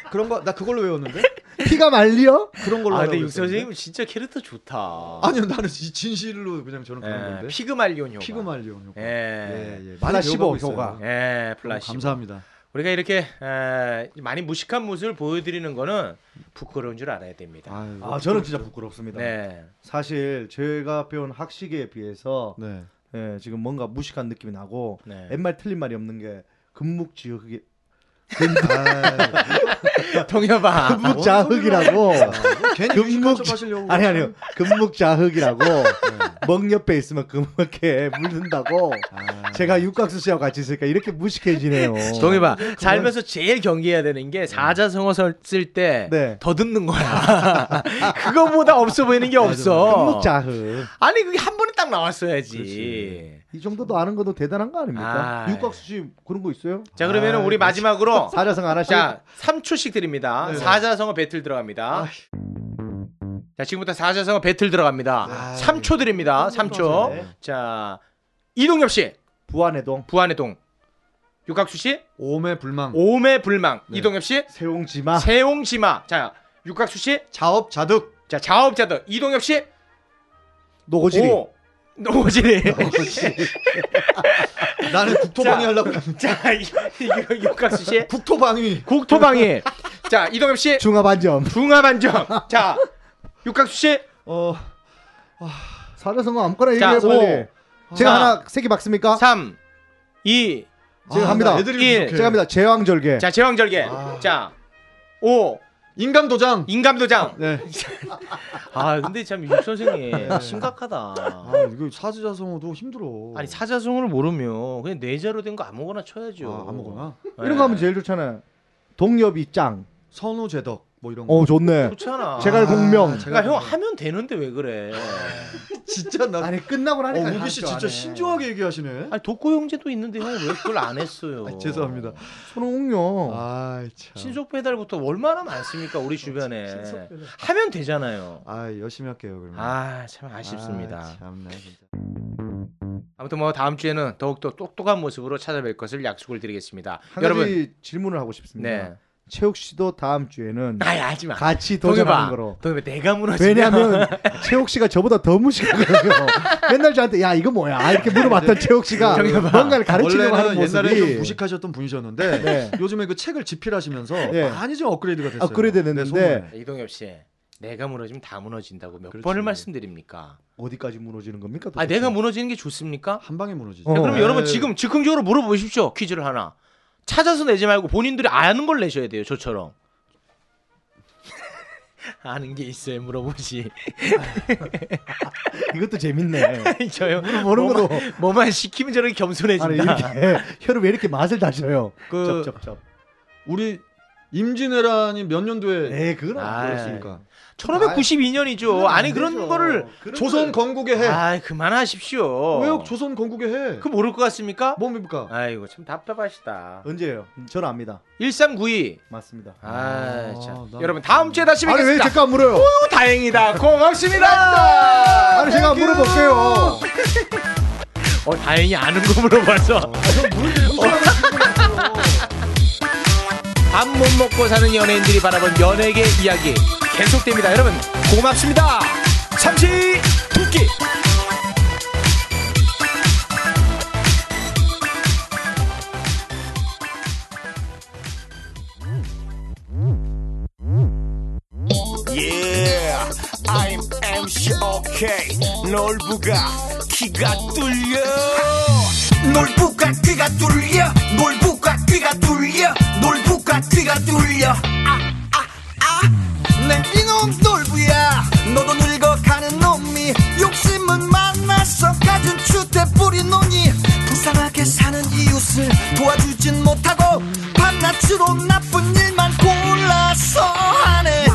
Speaker 4: 그런 거 나 그걸로 외웠는데
Speaker 5: 피가 말려?
Speaker 4: 그런 걸로
Speaker 2: 아
Speaker 4: 하라고
Speaker 2: 근데 육
Speaker 4: 그랬었는데.
Speaker 2: 선생님 진짜 캐릭터 좋다.
Speaker 4: 아니요 나는 진- 진실로 그냥 저는 그런
Speaker 2: 예,
Speaker 4: 건데
Speaker 2: 피그말리온 효과.
Speaker 4: 피그말리온 효과
Speaker 2: 예.
Speaker 4: 예, 예. 많이
Speaker 5: 플라시보
Speaker 4: 배워가고 있어요.
Speaker 5: 효과.
Speaker 2: 예,
Speaker 4: 너무
Speaker 2: 플라시.
Speaker 4: 감사합니다
Speaker 2: 우리가 이렇게 에, 많이 무식한 모습을 보여드리는 거는 부끄러운 줄 알아야 됩니다.
Speaker 4: 아유,
Speaker 5: 아 저는 진짜 부끄럽습니다.
Speaker 2: 네.
Speaker 5: 사실 제가 배운 학식에 비해서
Speaker 4: 네.
Speaker 5: 예, 지금 뭔가 무식한 느낌이 나고
Speaker 2: 네.
Speaker 4: 예,
Speaker 5: 옛말 틀린 말이 없는 게 금묵지흑 이
Speaker 4: 그
Speaker 5: 아,
Speaker 2: 동엽아.
Speaker 4: 아,
Speaker 5: 금묵자흑이라고 아,
Speaker 4: 괜히
Speaker 5: 어. 금묵-
Speaker 4: 금묵 그 하시려고
Speaker 5: 아니 아니요 금묵자흑이라고
Speaker 2: 네.
Speaker 5: 멍 옆에 있으면 금렇게 물든다고
Speaker 4: 아.
Speaker 5: 제가 육각수 씨하고 같이 있으니까 이렇게 무식해지네요.
Speaker 2: 어. 동엽아.
Speaker 4: 그
Speaker 2: 살면서 제일 경계해야
Speaker 4: 네.
Speaker 2: 되는 게 사자성어 쓸 때
Speaker 5: 네.
Speaker 2: 더듬는 거야. 그거보다 없어 보이는 게 없어.
Speaker 5: 금묵자흑
Speaker 2: 아니 그게 한 번에 딱 나왔어야지.
Speaker 5: 이 정도도 아는 것도 대단한 거 아닙니까?
Speaker 2: 아이. 예.
Speaker 5: 육각수 씨 그런 거 있어요?
Speaker 2: 자 그러면 은
Speaker 5: 아이, 예.
Speaker 2: 우리 마지막으로
Speaker 5: 사자성 안 하시고
Speaker 2: 자 3초씩 드립니다. 사자성어 배틀 들어갑니다. 자 지금부터 사자성어 배틀 들어갑니다.
Speaker 4: 아이.
Speaker 2: 3초 드립니다. 3초.
Speaker 5: 네.
Speaker 2: 자 이동엽 씨
Speaker 5: 부안해동
Speaker 2: 부안의 동 육각수 씨
Speaker 4: 오메 불망
Speaker 2: 오매 불망 이동엽 씨
Speaker 5: 세웅지마
Speaker 2: 세옹지마 자 육각수 씨자
Speaker 4: 자업 자득
Speaker 2: 자업자들 이동엽 씨
Speaker 5: 노고지리 네.
Speaker 2: 오, 노고지리
Speaker 4: 나는 국토방위
Speaker 2: 자.
Speaker 4: 하려고
Speaker 2: 자, 이- 이거 육각수 씨.
Speaker 4: 국토방위
Speaker 2: 국토방위. 자, 이동엽 씨.
Speaker 5: 중합 안점.
Speaker 2: 중화 반점. 자, 육각수 씨.
Speaker 4: 어
Speaker 5: 사자성어 아무거나
Speaker 2: 자,
Speaker 5: 얘기해 빨리. 제가
Speaker 2: 자.
Speaker 5: 하나 세개 박습니까?
Speaker 2: 3 2
Speaker 5: 제가
Speaker 4: 아,
Speaker 5: 합니다.
Speaker 4: 나 애들이
Speaker 2: 일.
Speaker 4: 이렇게
Speaker 5: 제가 합니다. 제왕절개.
Speaker 2: 네. 자, 제왕절개.
Speaker 5: 아.
Speaker 2: 자. 5
Speaker 4: 인감도장
Speaker 2: 인감도장.
Speaker 4: 네.
Speaker 2: 아, 근데 참 육 선생님 네, 심각하다.
Speaker 4: 아 이거 사자성어도 힘들어.
Speaker 2: 아니 사자성어를 모르면 그냥 네자로 된 거 아무거나 쳐야죠. 네.
Speaker 4: 아, 아무거나
Speaker 5: 이런 거 하면 제일 좋잖아요. 동엽이 짱.
Speaker 4: 선우 제덕 뭐 이런 거.
Speaker 5: 어 좋네.
Speaker 2: 좋잖아.
Speaker 5: 제갈 공명.
Speaker 2: 그러니까 형 하면 되는데 왜 그래?
Speaker 4: 진짜 나.
Speaker 5: 아니 끝나고
Speaker 4: 어,
Speaker 5: 나니까
Speaker 4: 우기 씨 진짜 신중하게 얘기하시네.
Speaker 2: 아니 독고 형제도 있는데 형 왜 그걸 안 했어요?
Speaker 4: 아, 죄송합니다.
Speaker 5: 손흥용.
Speaker 4: 아 참.
Speaker 2: 신속 배달부터 얼마나 많습니까 우리
Speaker 4: 네.
Speaker 5: 아,
Speaker 2: 주변에 하면 되잖아요.
Speaker 4: 아 열심히 할게요 그러면.
Speaker 2: 아 참 아쉽습니다.
Speaker 4: 아, 참나 진짜.
Speaker 2: 아무튼 뭐 다음 주에는 더욱 더 똑똑한 모습으로 찾아뵐 것을 약속을 드리겠습니다.
Speaker 5: 한
Speaker 2: 여러분,
Speaker 5: 가지 질문을 하고 싶습니다.
Speaker 2: 네,
Speaker 5: 최욱 씨도 다음 주에는
Speaker 2: 아이 하지 마.
Speaker 5: 같이 도전하는
Speaker 2: 동해봐, 아,
Speaker 5: 거로.
Speaker 2: 동해봐, 내가 무너지면
Speaker 5: 왜냐하면 최욱 씨가 저보다 더 무식하거든요. 맨날 저한테 야 이거 뭐야 이렇게 물어봤던 최욱 씨가
Speaker 2: 동해봐.
Speaker 5: 뭔가를 가르치려고 하는
Speaker 4: 아, 원래는
Speaker 5: 모습이
Speaker 4: 옛날에 좀 무식하셨던 분이셨는데
Speaker 5: 네.
Speaker 4: 요즘에 그 책을 집필하시면서
Speaker 5: 네.
Speaker 4: 많이 좀 업그레이드가 됐어요.
Speaker 5: 업그레이드
Speaker 4: 네, 소문에.
Speaker 5: 됐는데
Speaker 2: 이동엽 씨, 내가 무너지면 다 무너진다고 몇
Speaker 4: 그렇지.
Speaker 2: 번을 말씀드립니까?
Speaker 5: 어디까지 무너지는 겁니까?
Speaker 2: 아 내가 무너지는 게 좋습니까?
Speaker 4: 한 방에 무너지죠.
Speaker 5: 어.
Speaker 2: 자, 그럼
Speaker 5: 네.
Speaker 2: 여러분 지금 즉흥적으로 물어보십시오 퀴즈를 하나 찾아서 내지 말고 본인들이 아는 걸 내셔야 돼요 저처럼 아는 게 있어야 물어보지
Speaker 5: 이것도 재밌네.
Speaker 2: 저요
Speaker 5: 모르는 것도
Speaker 2: 뭐만 시키면 저렇게 겸손해진다
Speaker 5: 아니 이렇게 혀를 왜 이렇게 맛을 다셔요?
Speaker 4: 그
Speaker 5: 접접접.
Speaker 4: 우리 임진왜란이 몇 년도에 그러니까
Speaker 5: 에 그건
Speaker 2: 아,
Speaker 5: 아,
Speaker 4: 그랬습니까?
Speaker 2: 1592년이죠 아니 그런 거를
Speaker 4: 조선 건국의 해.
Speaker 2: 아 그만하십시오
Speaker 4: 왜요? 조선 건국의 해.
Speaker 2: 그 모를 것 같습니까?
Speaker 4: 뭡니까?
Speaker 2: 아이고 참 답답하시다
Speaker 5: 언제예요? 저는 압니다.
Speaker 2: 1392
Speaker 5: 맞습니다.
Speaker 2: 아, 참.
Speaker 4: 난-
Speaker 2: 여러분 다음 주에 다시
Speaker 5: 아니 왜
Speaker 2: 뵙겠습니다
Speaker 5: 제가 안 물어요?
Speaker 2: 아이고, 다행이다 고맙습니다
Speaker 5: 아니 제가 안 네. 어, 물어볼게요.
Speaker 2: 어 다행히 아는 거 물어봐서
Speaker 5: 어.
Speaker 2: 밥 못 먹고 사는 연예인들이 바라본 연예계 이야기 계속됩니다 여러분 고맙습니다 잠시 듣기
Speaker 8: Yeah, I'm MC OK. 놀부가 귀가 뚫려. 놀부가 귀가 뚫려. 놀부가 귀가 뚫려. 놀부가 귀가 뚫려. 아, 아, 아. 내 이놈 놀부야. 너도 늙어가는 놈이 욕심은 많아서 가진 주택 뿌리노니 불쌍하게 사는 이웃을 도와주진 못하고 밤낮으로 나쁜 일만 골라서 하네.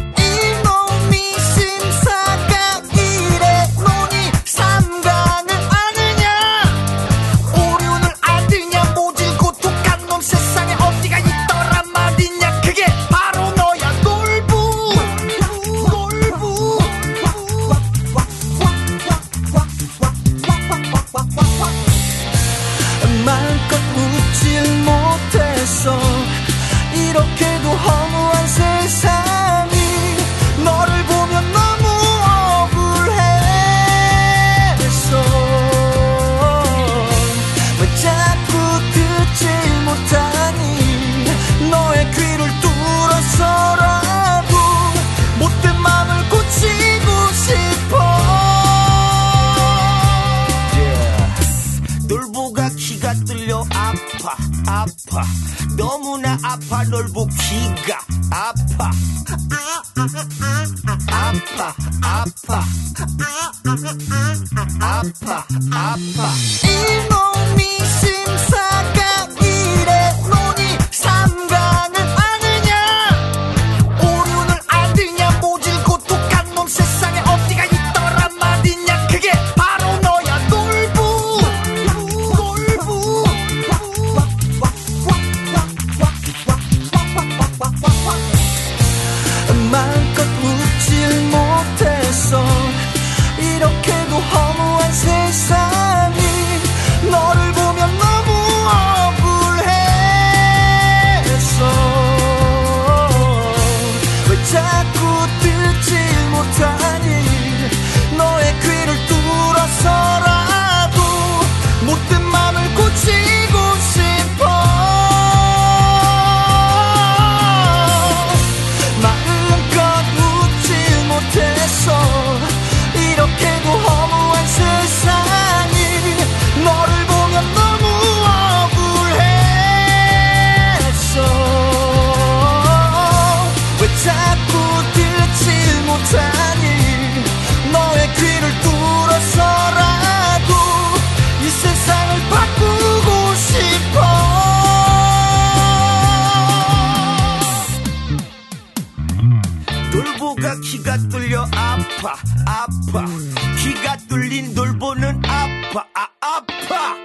Speaker 8: 이놈이 심사가 이래 노니 삼강을 아느냐 오륜을 아느냐 모질 고독한 놈 세상에 어디가 있더란 말이냐 그게 바로 너야 놀부 놀부 놀부 마음껏 웃질 못해서 이렇게도 허무한 세상이 너를 보면 너무 억울해서 왜 자꾸 듣질 못하니 너의 귀를 뚫어서라도 못된 마음을 고치고 싶어 놀보가 키가 뚫려 아파 아파 너무나 아파 놀보 키가 아파 아파 아파 아파 아파 이놈이 심사가 이래 노니 삼강을 아느냐 오륜을 아느냐 모질 고독한 놈 세상에 어디가 있더란 말이냐 그게 바로 너야 놀부 놀부 마음껏 웃질 못해서 이렇게도 허무한 세상이 너를 보면 너무 내가 키가 뚫려 아파 아파 키가 뚫린 돌보는 아파 아, 아파